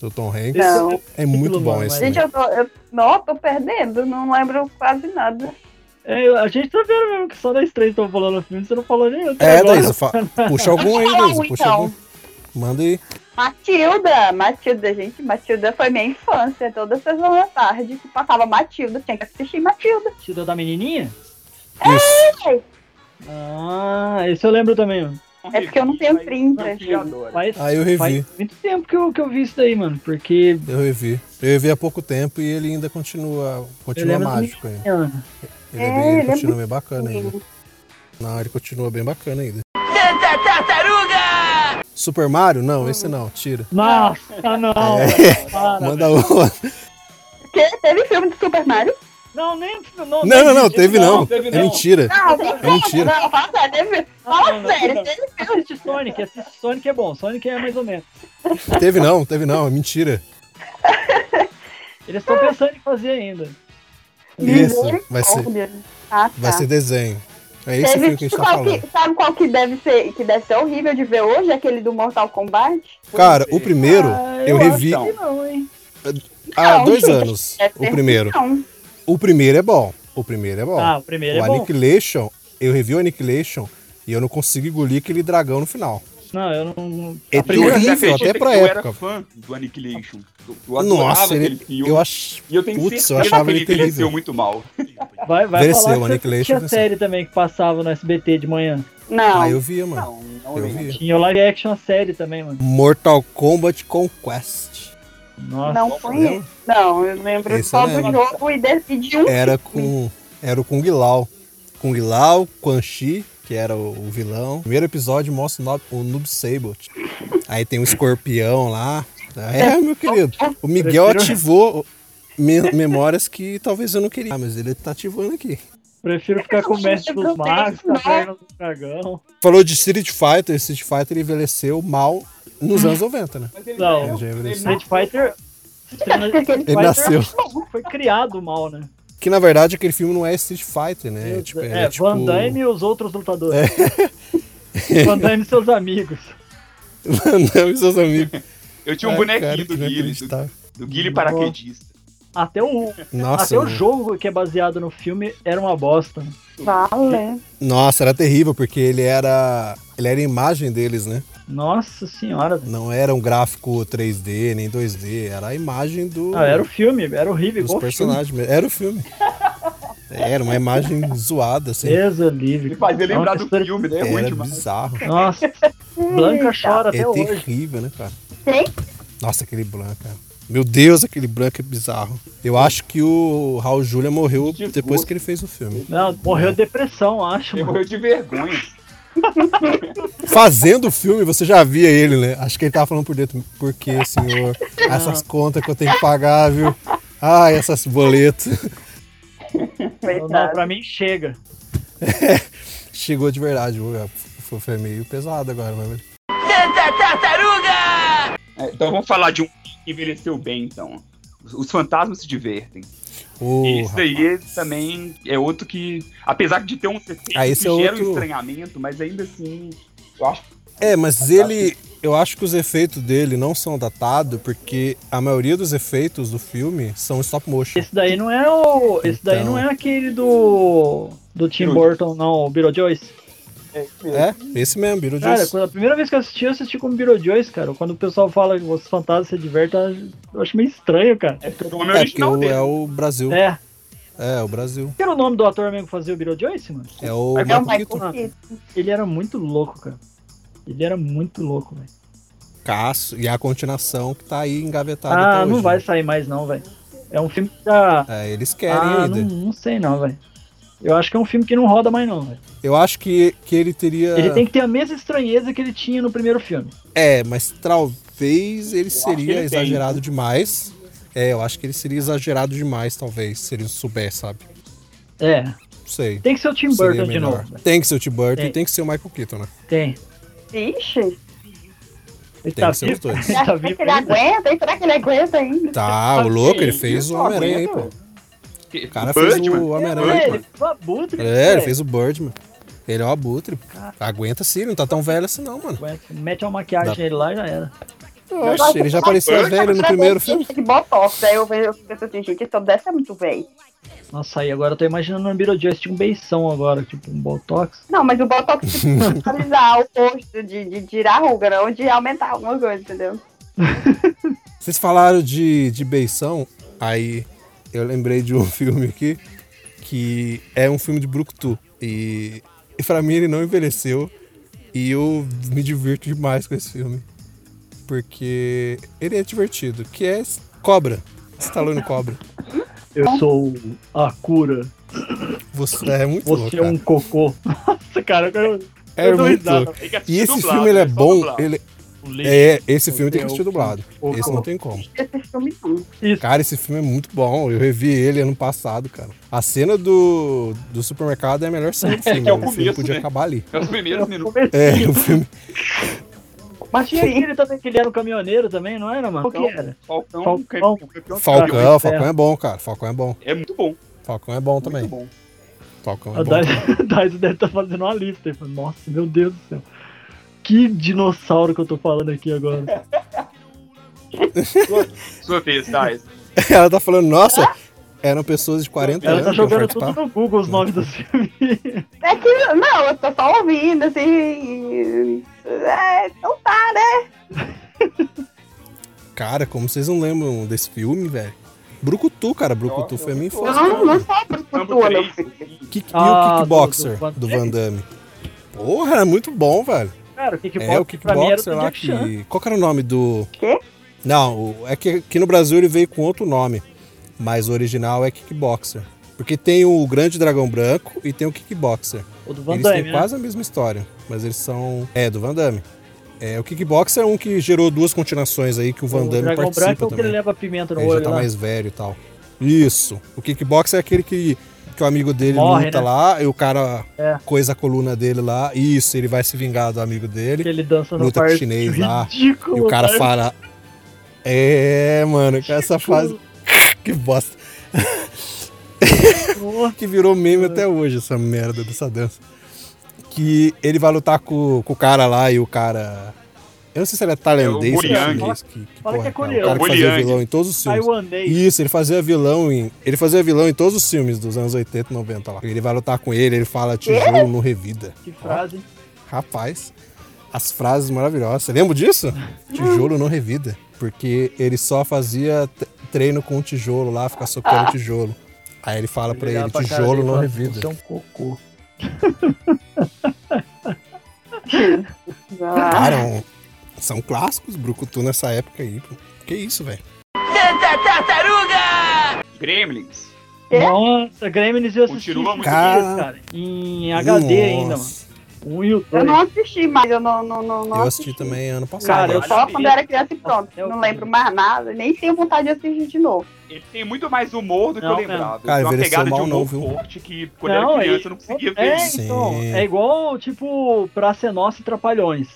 B: Do Tom Hanks.
C: Não.
B: É muito bom esse.
E: Mas-
C: Gente, eu tô, eu, não, tô perdendo, não lembro quase nada.
E: É, a gente tá vendo mesmo que só nós três estão falando filme, você não falou nenhum. até
B: É,
E: agora. tá
B: Daísa, fa... puxa algum aí,
C: Fala um,
B: Daísa. Puxa
C: então.
B: algum. Manda aí.
C: Matilda, Matilda, gente, Matilda foi minha infância, toda sessão da tarde que passava Matilda, tinha que assistir Matilda.
E: Tira da menininha?
B: Isso.
E: Ah, esse eu lembro também, mano.
C: É porque eu não tenho
D: Mas-
C: 30,
D: que adora.
E: Faz,
B: Ah, eu revi.
E: faz muito tempo que eu, que eu vi isso daí, mano. Porque.
B: Eu revi. Eu revi há pouco tempo e ele ainda continua.
E: Eu
B: Continua
E: lembro do
B: mágico ainda.
E: menino.
B: Ele, é
C: É,
B: bem, ele
C: ele é
B: continua bem bacana ainda. Não, ele continua bem bacana ainda. Super Mario? Não, esse não, tira.
E: Nossa, não! velho, para,
B: É. Manda outro.
C: Porque teve filme de Super Mario.
E: Não, nem. Não,
B: Não, não, não, teve não.
D: teve
B: É
D: não.
B: mentira.
C: Não, não
B: É mentira.
C: Não, fala sério, teve, fala
E: não, não,
C: sério,
E: não.
C: teve filme.
E: Assiste Sonic, assiste Sonic é bom. Sonic é mais ou menos.
B: Teve não, teve não, é mentira.
E: Eles estão pensando em fazer ainda.
B: Isso, vai ser,
C: Misericórdia. Ah, tá.
B: vai ser desenho. É esse
C: Teve,
B: filme que a gente tá
C: sabe, qual
B: falando.
C: que, sabe qual que deve ser que deve ser horrível de ver hoje? Aquele do Mortal Kombat?
B: Cara, o primeiro
E: Ah,
B: eu
E: acho
B: revi
E: que não, hein?
B: há
C: Não,
B: dois
C: gente,
B: anos.
E: é
C: deve
B: O
C: ser
B: primeiro.
C: ruim,
B: O primeiro é bom. O primeiro é bom.
E: Ah, o primeiro
B: o
E: é bom.
B: Annihilation, eu revi o Annihilation e eu não consigo engolir aquele dragão no final.
E: Não, eu não.
B: É
D: Primeiro, você
B: horrível,
D: acredita
B: até pra
D: que Eu era
B: época.
D: fã do Annihilation. Eu, eu
B: Nossa,
D: adorava
B: ele-
D: aquele filme.
B: eu acho.
D: E eu tenho
B: Putz, eu
D: certeza
B: achava
D: que
B: ele
D: ele
B: terrível.
D: cresceu muito mal.
E: Vai, vai
B: Envelheceu,
E: falar que
B: Nick
E: você
B: Lachey
E: tinha
B: envelheceu.
E: série também que passava no SBT de manhã.
C: Não.
B: Ah, eu via, mano.
D: não
B: eu via.
E: Tinha o live action a série também, mano.
B: Mortal Kombat Conquest.
E: Nossa.
C: Não foi isso. Não, eu lembro
B: né? Esse é
C: só
B: eu
C: do
B: lembro.
C: jogo e decidi um.
B: Era com. Era o Kung Lao. Kung Lao, Quan Chi, que era o, o vilão. Primeiro episódio mostra o, Nob- o Noob Sabot. Aí tem um escorpião lá. É, meu querido. O Miguel
E: Prefiro-
B: ativou me- memórias que talvez eu não queria, mas ele tá ativando aqui.
E: Prefiro ficar com o mestre dos magos,
C: né?
E: caverna do dragão.
B: Falou de Street Fighter. Street Fighter envelheceu mal nos anos 90, né?
E: Não,
B: Ele já envelheceu.
E: Street Fighter. Street
B: Ele nasceu.
E: foi criado mal, né?
B: Que na verdade aquele filme não é Street Fighter, né?
E: É,
B: tipo,
E: é,
B: tipo- É.
E: Van Damme e os outros lutadores. Van Damme e seus amigos.
B: Van Damme e seus amigos.
D: Eu tinha um
B: Ah,
D: bonequinho
B: cara,
D: do
B: que não
D: Guile, do,
B: acreditava.
D: do Guile paraquedista.
E: Até o,
B: Nossa,
E: até o
B: mano.
E: jogo que é baseado no filme era uma bosta.
C: Vale.
B: Nossa, era terrível, porque ele era. Ele era a imagem deles, né?
E: Nossa senhora. velho.
B: Não era um gráfico 3D nem 2D, era a imagem do,
E: Ah, era o filme, era horrível.
B: dos
E: Igual personagens.
B: personagens. mesmo. Era o filme. Era uma imagem zoada, assim.
E: Beleza, livre.
D: Me fazia
E: Era uma
D: lembrar do
E: textura-
D: filme, né? É ruim
B: Era
D: demais.
B: bizarro.
E: Nossa, Blanca chora até
B: É
E: hoje.
B: terrível, né, cara?
C: Quem?
B: Nossa, aquele Blanca. cara. Meu Deus, aquele Blanca é bizarro. Eu acho que o Raul Júlia morreu depois que ele fez o filme.
E: Não, morreu de depressão, acho.
D: Ele
E: mano.
D: morreu de vergonha.
B: Fazendo o filme, você já via ele, né? Acho que ele tava falando por dentro. Por que, senhor? Essas contas que eu tenho que pagar, viu? Ai, essas boletos.
E: Não,
C: Coitado.
E: não, pra mim chega.
B: Chegou de verdade, viu? Foi, foi meio pesado agora, mas...
D: É, então vamos falar de um que envelheceu bem, então. Os- Os fantasmas se divertem. E
B: Porra.
D: Isso daí também é outro que, apesar de ter um 60
B: Ah,
D: que
B: esse é
D: gera um
B: outro-
E: Tá,
D: estranhamento, mas ainda assim, eu acho que
B: É, mas ele, Eu acho que os efeitos dele não são datados, porque a maioria dos efeitos do filme são stop motion.
E: Esse daí não é o. Esse daí
B: Então.
E: não é aquele do. Do Tim Burton, não, o Beetlejuice.
B: É, esse mesmo,
E: Cara,
B: Beetlejuice.
E: quando a primeira vez que eu assisti, eu assisti como Beetlejuice, cara. Joyce, cara. Quando o pessoal fala que os fantasmas se divertem, eu acho meio estranho, cara.
D: É porque o nome é
B: É, porque
D: original
B: o-
D: dele.
B: é o Brasil. É,
E: É.
B: o Brasil.
E: Qual era o nome do ator mesmo que fazia o Beetlejuice, mano?
B: É o
D: É
C: É o
B: Michael
C: Michael
B: Keaton.
C: Keaton.
E: Ele era muito louco, cara. Ele era muito louco, velho.
B: Caço, e a continuação que tá aí engavetada até
E: Ah,
B: hoje,
E: não vai
B: né?
E: sair mais não, velho. É um filme que já...
B: É, eles querem
E: Ah,
B: ainda.
E: não, não sei não, velho. Eu acho que é um filme que não roda mais não, velho.
B: Eu acho que, que ele teria.
E: Ele tem que ter a mesma estranheza que ele tinha no primeiro filme.
B: É, mas talvez ele
D: que
B: seria
D: ele tem.
B: exagerado demais. É, eu acho que ele seria exagerado demais, talvez, se ele souber, sabe?
E: É.
B: Não sei.
E: Tem que ser o Tim
B: Seria
E: Burton de
B: melhor.
E: novo. velho.
B: Tem que ser o Tim Burton
E: Tem.
B: e tem que ser o Michael Keaton, né?
E: Tem.
C: Vixe,
E: Ele
B: Tem
E: tá
B: que ser os
E: vivo.
B: dois.
C: será que
E: Ele tá vivo
C: ele
E: ainda.
C: aguenta? hein? Será que ele aguenta ainda?
B: Tá, o louco, ele fez o
D: Ah,
B: Homem-Aranha,
D: aguenta.
B: pô.
D: Que-
B: O cara fez o
E: É,
B: Homem-Aranha,
E: ele
B: pô.
E: fez o Abutre, né,
B: É, ele
E: velho.
B: fez o Birdman. Ele é o Abutre. Aguenta sim, ele não tá tão velho assim não, mano.
E: Aguenta. Mete uma maquiagem
B: Dá-
E: nele lá e já era.
B: Oxe, ele já parecia velho no primeiro filme.
C: De botox, aí eu vejo as pessoas assim, gente, esse deve ser muito velho.
E: Nossa, aí agora eu tô imaginando um Beetlejuice, tipo um beição agora, tipo um Botox.
C: Não, mas o botox de finalizar o rosto, de, de tirar a ruga, não de aumentar alguma coisa, entendeu?
B: Vocês falaram de, de beição, aí eu lembrei de um filme aqui que é um filme de Brucutu. E, e pra mim ele não envelheceu e eu me divirto demais com esse filme. Porque ele é divertido, que é Cobra. Stallone Cobra.
E: Eu sou a cura,
B: Você é muito louco,
E: você é
B: cara.
E: um cocô. Nossa, cara, eu quero...
B: É
E: eu dou
B: muito
E: risada,
B: louco.
D: Tem que assistir
B: E esse
D: dublado,
B: filme ele é
D: só
B: bom,
D: dublado.
B: ele
D: O leite.
B: é, esse filme
E: Você
B: tem que
E: é
B: assistir
E: um
B: dublado.
E: cocô.
B: Esse é não tem como.
C: Esse filme não.
E: Isso.
B: Cara, esse filme é muito bom. Eu revi ele ano passado, cara. A cena do, do supermercado é a melhor cena do filme.
D: É o
B: o filme
D: começo,
B: podia
D: né?
B: acabar ali.
D: É os primeiros minutos.
B: É, o filme.
E: Mas tinha aquele também que ele era um caminhoneiro também, não era, mano? Então, Qual que era?
D: Falcão,
E: Falcão.
D: campeão-
B: Falcão,
E: é.
B: Falcão é bom, cara. Falcão é bom.
D: É muito bom.
B: Falcão é bom também.
D: Muito bom.
B: Falcão
E: A
B: é bom.
E: Daiso deve estar fazendo uma lista. Ele falou, Nossa, meu Deus do céu. Que dinossauro que eu tô falando aqui agora.
D: Sua vez, Thais.
B: Ela tá falando, nossa, eram pessoas de 40
E: Ela
B: anos.
E: tá
B: que iam
E: jogando tudo
B: participar.
E: no Google os nomes dos filmes.
C: É que, não, eu tô só ouvindo, assim. e- É, então tá, né?
B: Cara, como vocês não lembram desse filme, velho? Brucutu, cara. Brucutu foi a minha
C: Eu
B: infância.
C: Ah, não, não sei por
D: Rambo
C: tua, meu
D: 3.
C: filho.
B: Kick- e
E: Ah,
B: o Kickboxer
E: do- do-
B: do, Van Damme. Porra, era muito bom, velho.
E: Cara, o kickboxer,
B: É, o
E: pra mim era
B: Kickboxer
E: do
B: lá
E: Jack Chan.
B: que. Qual que era o nome do.
C: Quê?
B: Não, o- é que aqui no Brasil ele veio com outro nome. Mas o original é Kickboxer. Porque tem o Grande Dragão Branco e tem o Kickboxer.
E: O do Van
B: eles
E: Damme,
B: têm
E: né?
B: quase a mesma história, mas eles são. É, do Van Damme. É, o Kickboxer é um que gerou duas continuações aí que o Van
E: O
B: Damme
E: Dragão Branco é
B: participa
E: o que né? ele
B: também.
E: leva pimenta no
B: Ele já
E: olho
B: tá
E: lá.
B: mais velho e tal. Isso. O Kickboxer é aquele que, que o amigo dele
E: Morre,
B: luta
E: né?
B: lá e o cara
E: É.
B: coisa a coluna dele lá. Isso, ele vai se vingar do amigo dele.
E: Que né? ele dança no
B: Luta com
E: parque.
B: chinês lá,
E: Ridículo,
B: E o cara
E: cara. Tipo,
B: fala. É, mano, que essa fase. Que bosta.
E: Nossa,
B: Que virou meme até hoje, essa merda dessa dança. Que ele vai lutar com, com o cara lá e o cara. Eu não sei se ele é tailandês
D: É o
B: ou
D: Buriang.
B: chinês. Que, que
E: Fala que é
B: porra, O
E: coreano.
B: cara que
D: É o
B: fazia
D: Buriang.
B: vilão em todos os filmes.
E: Taiwanês.
B: Isso, ele fazia vilão em. Ele fazia vilão em todos os filmes dos anos 80 e 90 lá. Ele vai lutar com ele, ele fala tijolo no revida.
E: Que frase. hein?
B: Rapaz, as frases maravilhosas. Você lembra disso? Tijolo não revida. Porque ele só fazia t- treino com o tijolo lá, ficar socando o tijolo. Aí ele fala pra
E: olhava
B: ele,
E: pra cara dele
B: tijolo
E: e
B: não
E: falava,
B: revida.
E: Você é um cocô.
C: Ah,
B: Cara, um- são clássicos Brucutu nessa época aí. pô. Que isso, velho?
D: Gremlins.
E: Nossa, Gremlins eu assisti
D: Continua muito
E: esses dias,
B: bom.
E: cara. Em HD ainda, mano.
B: Nossa.
E: Um e o dois.
C: eu não assisti, mas eu não, não, não, não
B: Eu assisti também ano passado.
E: Cara,
C: Cara, eu
B: acho.
C: só
D: assisti.
C: quando eu era criança e pronto. Não lembro mais nada, nem tenho vontade de assistir de novo.
D: Ele tem muito mais humor do que
E: Não,
D: eu lembrava.
B: Cara,
D: tem uma
B: envelheceu
D: pegada de
B: mal
D: humor
B: não, viu?
D: forte que quando eu era criança eu não conseguia ver.
E: é,
D: isso.
E: Então,
B: Sim.
E: é igual, tipo, Praça é Nossa e Trapalhões.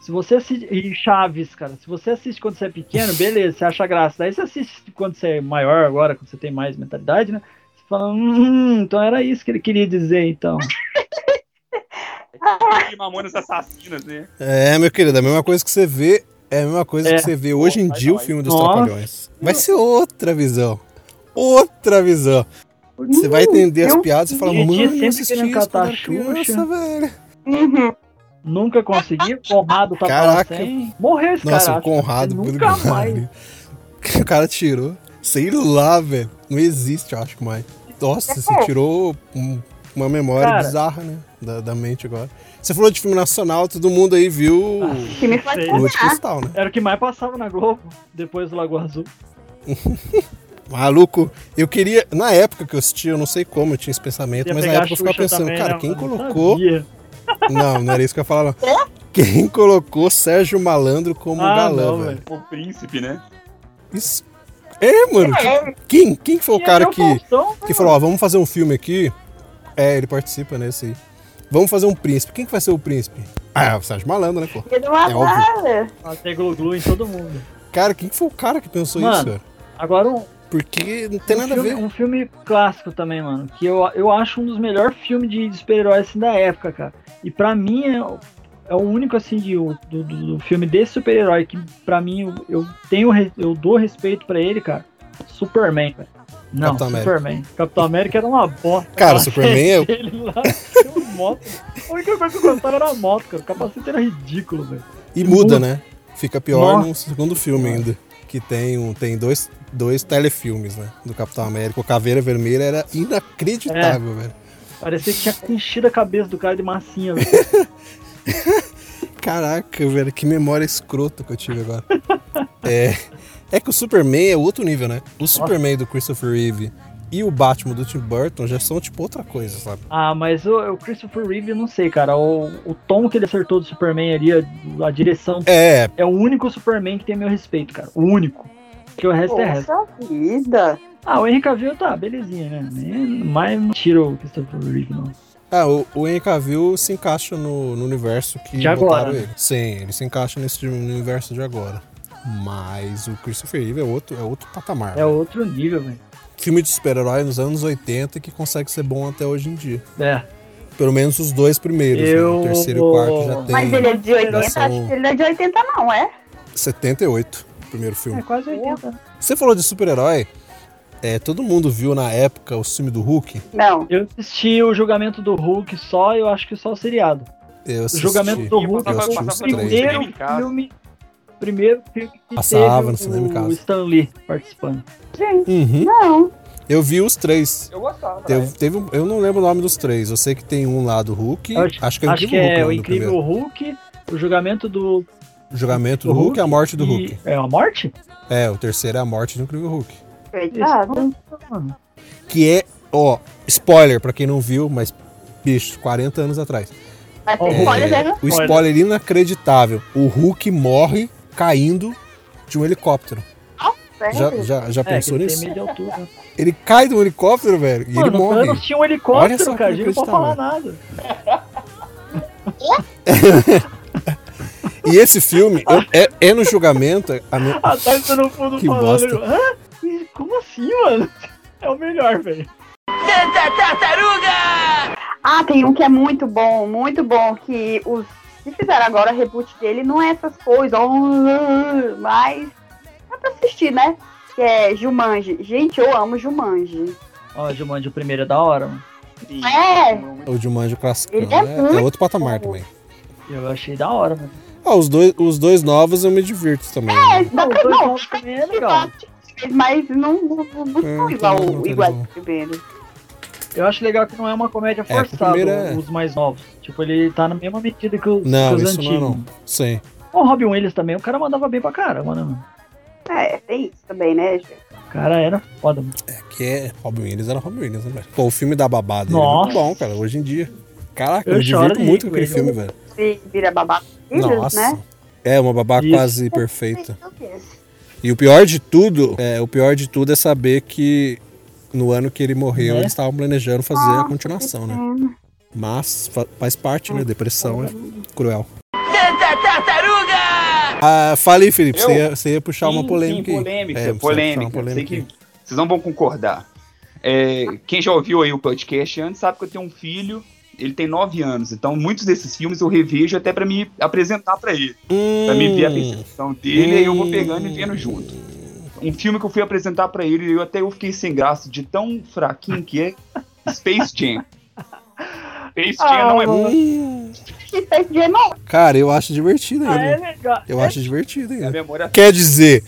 E: Se você assiste. E Chaves, cara. Se você assiste quando você é pequeno, beleza, você acha graça. Daí você assiste quando você é maior agora, quando você tem mais mentalidade, né? Você fala, hum, então era isso que ele queria dizer, então.
D: de Mamonas Assassinas, né?
B: É, meu querido, a mesma coisa que você vê é a mesma coisa
E: É.
B: que você vê hoje em
D: Vai
B: dia o
D: lá,
B: filme dos
E: Nossa. um
B: Trapalhões. Vai ser outra visão. Outra visão. Você vai entender as
C: eu-
B: piadas e falar,
E: Didi
B: mano, eu
E: sempre
B: assisti
E: querendo
B: isso quando
E: catar
B: era criança,
E: Xuxa.
B: velho.
C: Uhum.
E: Nunca consegui. Conrado pra
B: Caraca.
E: Caraca. sem. Morreu esse
B: Nossa,
E: cara.
B: o Conrado. puta
E: Nunca
B: que
E: mais.
B: pariu. O cara tirou. Sei lá, velho. Não existe, eu acho, mais. Nossa, você tirou um- uma memória
E: É. Cara.
B: bizarra, né? Da, da mente agora. Você falou de filme nacional, todo mundo aí viu
C: Que me faz
E: Ah, Sei.
B: Lua de
C: chorar.
B: Cristal, né?
E: Era o que mais passava na Globo, depois do Lago Azul.
B: Maluco, eu queria. Na época que eu assisti, eu não sei como eu tinha esse pensamento,
E: Ia
B: mas na
E: pegar a
B: época eu ficava
E: Xuxa
B: pensando,
E: também,
B: cara,
E: né?
B: quem
E: Eu não
B: colocou.
E: sabia.
B: Não, não era isso que eu ia falar, não. Quem colocou Sérgio Malandro como um
E: Ah,
B: galã,
E: não,
B: velho?
E: velho.
D: O príncipe, né?
B: Isso. É, mano. que- Quem, quem que foi o
E: E
B: cara
E: até
B: que,
E: Faustão, né?
B: que falou, ó, vamos fazer um filme aqui? É, ele participa nesse aí. Vamos fazer um príncipe. Quem que vai ser o príncipe? Ah, o Sérgio Malandro, né, pô?
C: Que deu uma
B: É óbvio.
C: dada.
E: Até Ah, Glu-Glu em todo mundo.
B: Cara, quem que foi o cara que pensou
E: Mano,
B: isso, velho?
E: Agora um,
B: Porque não tem
E: um
B: nada a
E: filme,
B: ver.
E: um filme clássico também, mano. Que eu, eu acho um dos melhores filmes de, de super-herói assim, da época, cara. E pra mim é, o- é o único assim de, o- do, do, do filme desse super-herói que pra mim eu, eu tenho re- eu dou respeito pra ele, cara. Superman, cara. Não,
B: Capitão América.
E: Superman. Capitão América era uma bosta.
B: Cara,
E: Aquela
B: Superman
E: série
B: é-
E: dele lá, tinha uma moto. A única coisa que eu gostava era a moto, cara. O capacete era ridículo, velho.
B: E muda, né? Fica pior
E: Nossa.
B: no segundo filme ainda. Que tem, um, tem dois, dois telefilmes, né? Do Capitão América. O Caveira Vermelha era
E: É.
B: inacreditável, velho.
E: Parecia que tinha enchido a cabeça do cara de massinha, velho.
B: Caraca, velho, que memória escrota que eu tive agora. é, é que o Superman é outro nível, né? O Superman do Christopher Reeve e o Batman do Tim Burton já são, tipo, outra coisa, sabe?
E: Ah, mas o, o Christopher Reeve, eu não sei, cara. O, o tom que ele acertou do Superman ali, a, a direção.
B: É,
E: É o único Superman que tem meu respeito, cara. O único. Que o resto é resto.
C: Poxa vida.
E: Ah, o Henry Cavill tá, belezinha, né? Nem- Mas não tira o Christopher Reeve, não.
B: ah, o, o Henry Cavill se encaixa no, no universo que
E: De
B: botaram
E: agora, né?
B: ele. Sim, ele se encaixa nesse no universo de agora. Mas o Christopher Reeve é outro, é outro patamar.
E: É outro nível, velho.
B: filme de super-herói nos anos 80 que consegue ser bom até hoje em dia.
E: É.
B: Pelo menos os dois primeiros, né?
E: Eu
B: O terceiro e o
E: vou-
B: quarto já tem
C: Mas ele é de 80?
B: São-
C: Acho que ele não é de 80, não, é?
B: 78, o primeiro
E: É
B: filme.
E: quase 80.
B: Você falou de super-herói, é, todo mundo viu na época o filme do Hulk.
C: Não.
E: Eu assisti o julgamento do Hulk só, eu acho que só o seriado.
B: Eu assisti.
E: O julgamento do
D: Ia
E: Hulk
D: passar-
E: foi
B: Eu assisti
E: o
B: os três.
E: primeiro
D: Cinema em casa.
E: filme. Primeiro filme que
B: Passava
E: teve
B: no cinema em
E: o,
B: casa.
E: o Stan Lee participando.
C: Gente,
B: Uhum.
C: não.
B: Eu vi os três.
D: Eu gostava. né?
B: Teve, teve um- eu não lembro o nome dos três. Eu sei que tem um lá do Hulk.
E: Eu
B: Acho,
E: acho-
B: que é o
E: Acho que
B: Incrível Hulk.
E: é
B: o
E: o
B: nome do primeiro.
E: Incrível Hulk, o julgamento do
B: O julgamento do
E: do
B: Hulk e a morte do
E: e-
B: Hulk.
E: É a morte?
B: É, o terceiro é a morte do Incrível Hulk.
C: Coitado.
E: Mano,
B: Que é, ó, spoiler pra quem não viu, mas, bicho, 40 anos atrás.
C: Mas
E: Ó,
C: tem spoiler,
B: É,
C: né?
B: o spoiler inacreditável. O Hulk morre caindo de um helicóptero. Já,
C: Sério?
B: já, já
E: é,
B: pensou
E: que ele tem
B: nisso?
E: meio de altura. Mano,
B: Ele cai de um helicóptero, velho, e ele
E: o
B: morre.
E: Thanos tinha um
B: Olha só
E: helicóptero,
B: que
E: cara, a gente não pode falar
B: inacreditável.
E: nada.
B: E esse filme eu- é, é no julgamento. a minha-
E: A Thaís tá no fundo
B: Que
E: falando.
B: bosta.
E: eu, Hã? Como assim, mano? É o melhor, velho.
C: Ah, tem um que é muito bom, muito bom, que os que fizeram agora o reboot dele não é essas coisas, ó, mas dá pra assistir, né? Que é Jumanji. Gente, eu amo Jumanji.
E: Ó, Jumanji, o primeiro é da hora, mano.
D: Sim.
C: É.
B: O de Manjo Classicão.
C: Ele é
B: É,
C: muito
B: é outro patamar também.
E: Eu achei da hora, mano.
B: Ah, os dois, os dois novos eu me divirto também. né?
C: Dá
E: Não,
C: pra,
E: os dois
C: não,
E: novos também é legal.
C: mas não, não, não, não
B: É,
C: são igual,
B: também não tá
C: igual
B: legal.
C: ao primeiro.
E: Eu acho legal que não é uma comédia
B: o
E: forçada,
B: primeiro é-
E: os mais novos. Tipo, ele tá na mesma medida que os,
B: Não,
E: que os
B: isso não é
E: antigos.
B: não. Sim.
E: O Robin Williams também, o cara mandava bem pra caramba, né, mano?
C: É, tem isso também, né, gente?
E: O cara era foda, mano.
B: É que é Robin Williams, era Robin Williams, né, velho? Pô, o filme da babada dele é
E: Nossa.
B: muito bom, cara, hoje em dia. Caraca, eu,
E: Eu
B: me divirto
E: choro de
B: muito
E: rir
B: com
E: com
B: aquele
E: ele. né?
B: filme, velho.
C: Se vira babado filhos,
B: Nossa.
C: né?
B: É, uma babá
E: Isso.
B: quase perfeita.
C: Isso mesmo.
B: E o pior de tudo, é, o pior de tudo é saber que no ano que ele morreu,
E: Né?
B: eles estavam planejando fazer a continuação, né?
C: Hum.
B: Mas fa- faz parte, né? Depressão é cruel. Ah, fala aí, Felipe.
D: Eu?
B: Você ia, você ia puxar uma
D: Sim,
B: polêmica.
D: sim,
B: aí.
D: polêmica,
B: É, você ia puxar uma
D: polêmica. Sei que vocês não vão concordar. É, quem já ouviu aí o podcast antes sabe que eu tenho um filho Ele tem nove anos, então muitos desses filmes eu revejo até pra me apresentar pra ele. Pra me ver a
B: Hum.
D: percepção dele, aí eu vou pegando e vendo junto. Um filme que eu fui apresentar pra ele, eu até eu fiquei sem graça de tão fraquinho que é Space Jam. Space Jam não é bom.
B: Hum.
C: Esse dia não.
B: Cara, eu acho divertido
E: Ah, é
B: ainda.
E: legal.
B: Eu
E: é,
B: acho divertido
D: A
B: ainda.
D: memória é
B: Quer dizer,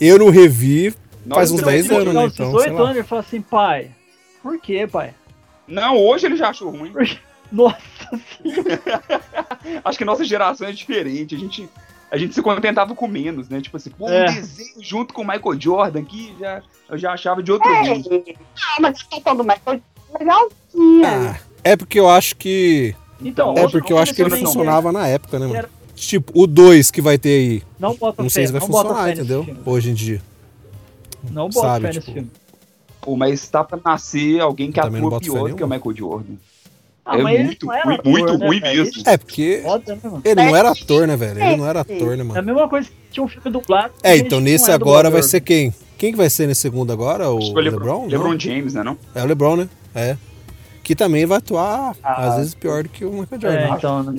B: eu não revi. faz uns
D: eu-
B: 10 anos, né?
E: anos,
B: Então, sei
E: 18
B: lá.
E: anos, ele fala assim, pai, por quê, pai?
D: Não, hoje ele já achou ruim.
E: Nossa senhora.
D: Acho que nossa geração é diferente. A gente, a gente se contentava com menos, né? Tipo assim, pô,
E: É.
D: um desenho junto com o Michael Jordan aqui, já, eu já achava de outro
C: É,
D: mundo.
C: não, mas a questão do Michael é
B: Ah,
C: legalzinha.
B: é porque eu acho que.
E: Então,
B: É
E: outro-
B: porque eu acho que ele
E: outro desenho
B: funcionava na época, né, mano?
E: Era-
B: Tipo, o 2 que vai ter aí.
E: dele, Não bota
B: Não
E: fé,
B: sei se vai
E: não bota
B: funcionar,
E: fé nesse
B: entendeu?
E: filme.
B: Hoje em dia.
E: Não bota
B: sabe,
E: fé nesse
B: tipo,
E: filme.
D: É Pô, mas tá pra nascer alguém que
B: Eu também não
D: atua
B: boto fé
D: pior do
B: nenhuma.
D: que o Michael Jordan.
E: Ah,
D: é
E: mas ele
D: muito
E: não era
D: ruim,
E: ator,
D: muito
E: né,
D: ruim
E: velho?
D: mesmo.
B: É, porque
E: Foda, né, mano?
B: ele não era ator, né, velho? Ele não era ator, né,
E: É a
B: mano?
E: mesma coisa que tinha um filme dublado. que
B: É,
E: a gente
B: então
E: não
B: nesse
E: é
B: agora vai
E: dublador.
B: ser quem? Quem que vai ser nesse segundo agora? O
D: Acho que o
B: LeBron?
D: LeBron,
B: Não?
D: LeBron James, né? Não?
B: É o LeBron, né? É. Que também vai atuar,
E: Ah.
B: às vezes, pior do que o Michael Jordan.
E: É, então, né?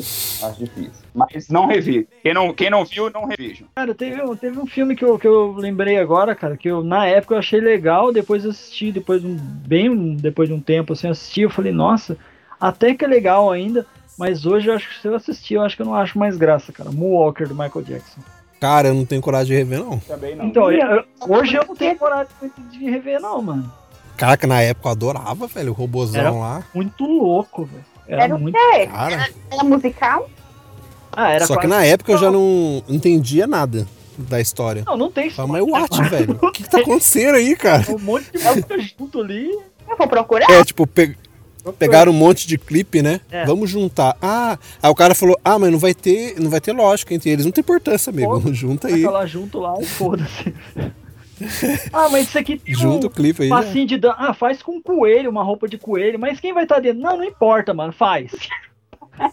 D: Acho difícil. Mas não revejo. Quem não, quem não viu, não revejo.
E: Cara, teve, um- teve um filme que eu, que eu lembrei agora, cara, que eu na época eu achei legal, depois eu assisti, depois de um, bem um- depois de um tempo assim, eu assisti, eu falei, nossa, até que é legal ainda, mas hoje eu acho que se eu assistir, eu acho que eu não acho mais graça, cara. Moonwalker do Michael Jackson.
B: Cara, eu não tenho coragem de rever, não.
D: Também não.
E: Então, eu- eu- hoje eu não tenho coragem de rever, não, mano.
B: Caraca, na época eu adorava, velho, o robozão
E: Era-
B: lá.
E: Muito louco, velho. Era,
C: Era o
E: muito.
C: quê?
B: Cara.
C: Era musical?
E: Ah, era
B: Só que
E: quase-
B: na época eu já não entendia nada da história.
E: Não, não tem
B: Falei, mas what, velho? é O que, que tá acontecendo aí, cara?
E: Um monte de música junto ali.
C: Eu vou procurar.
B: É, tipo, pe- pegaram um monte de clipe, né?
E: É.
B: Vamos juntar. Ah, aí o cara falou: "Ah, mas não vai ter, não vai ter lógica entre eles, não tem importância, amigo.
E: Foda.
B: Junta Tá aí.
E: Fica lá junto lá, e foda-se. ah, mas isso aqui tem
B: Junta o
E: um
B: clipe aí. né?
E: passinho de dança. Ah, faz com coelho, uma roupa de coelho, mas quem vai estar dentro? Não, não importa, mano, faz.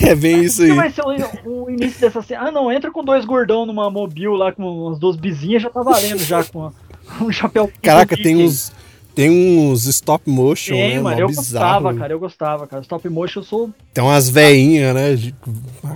B: É bem isso aí.
E: Que vai ser o, o início dessa cena? Ah, não, entra com dois gordão numa mobil lá com umas duas bizinhas, já tá valendo já com a- um chapéu.
B: Caraca,
E: do
B: tem
E: Mickey.
B: uns tem uns stop motion,
E: Tem,
B: né?
E: mano,
B: Mó
E: eu
B: bizarro.
E: gostava, cara, eu gostava, cara. Stop motion eu sou
B: Tem umas veinhas, né? de-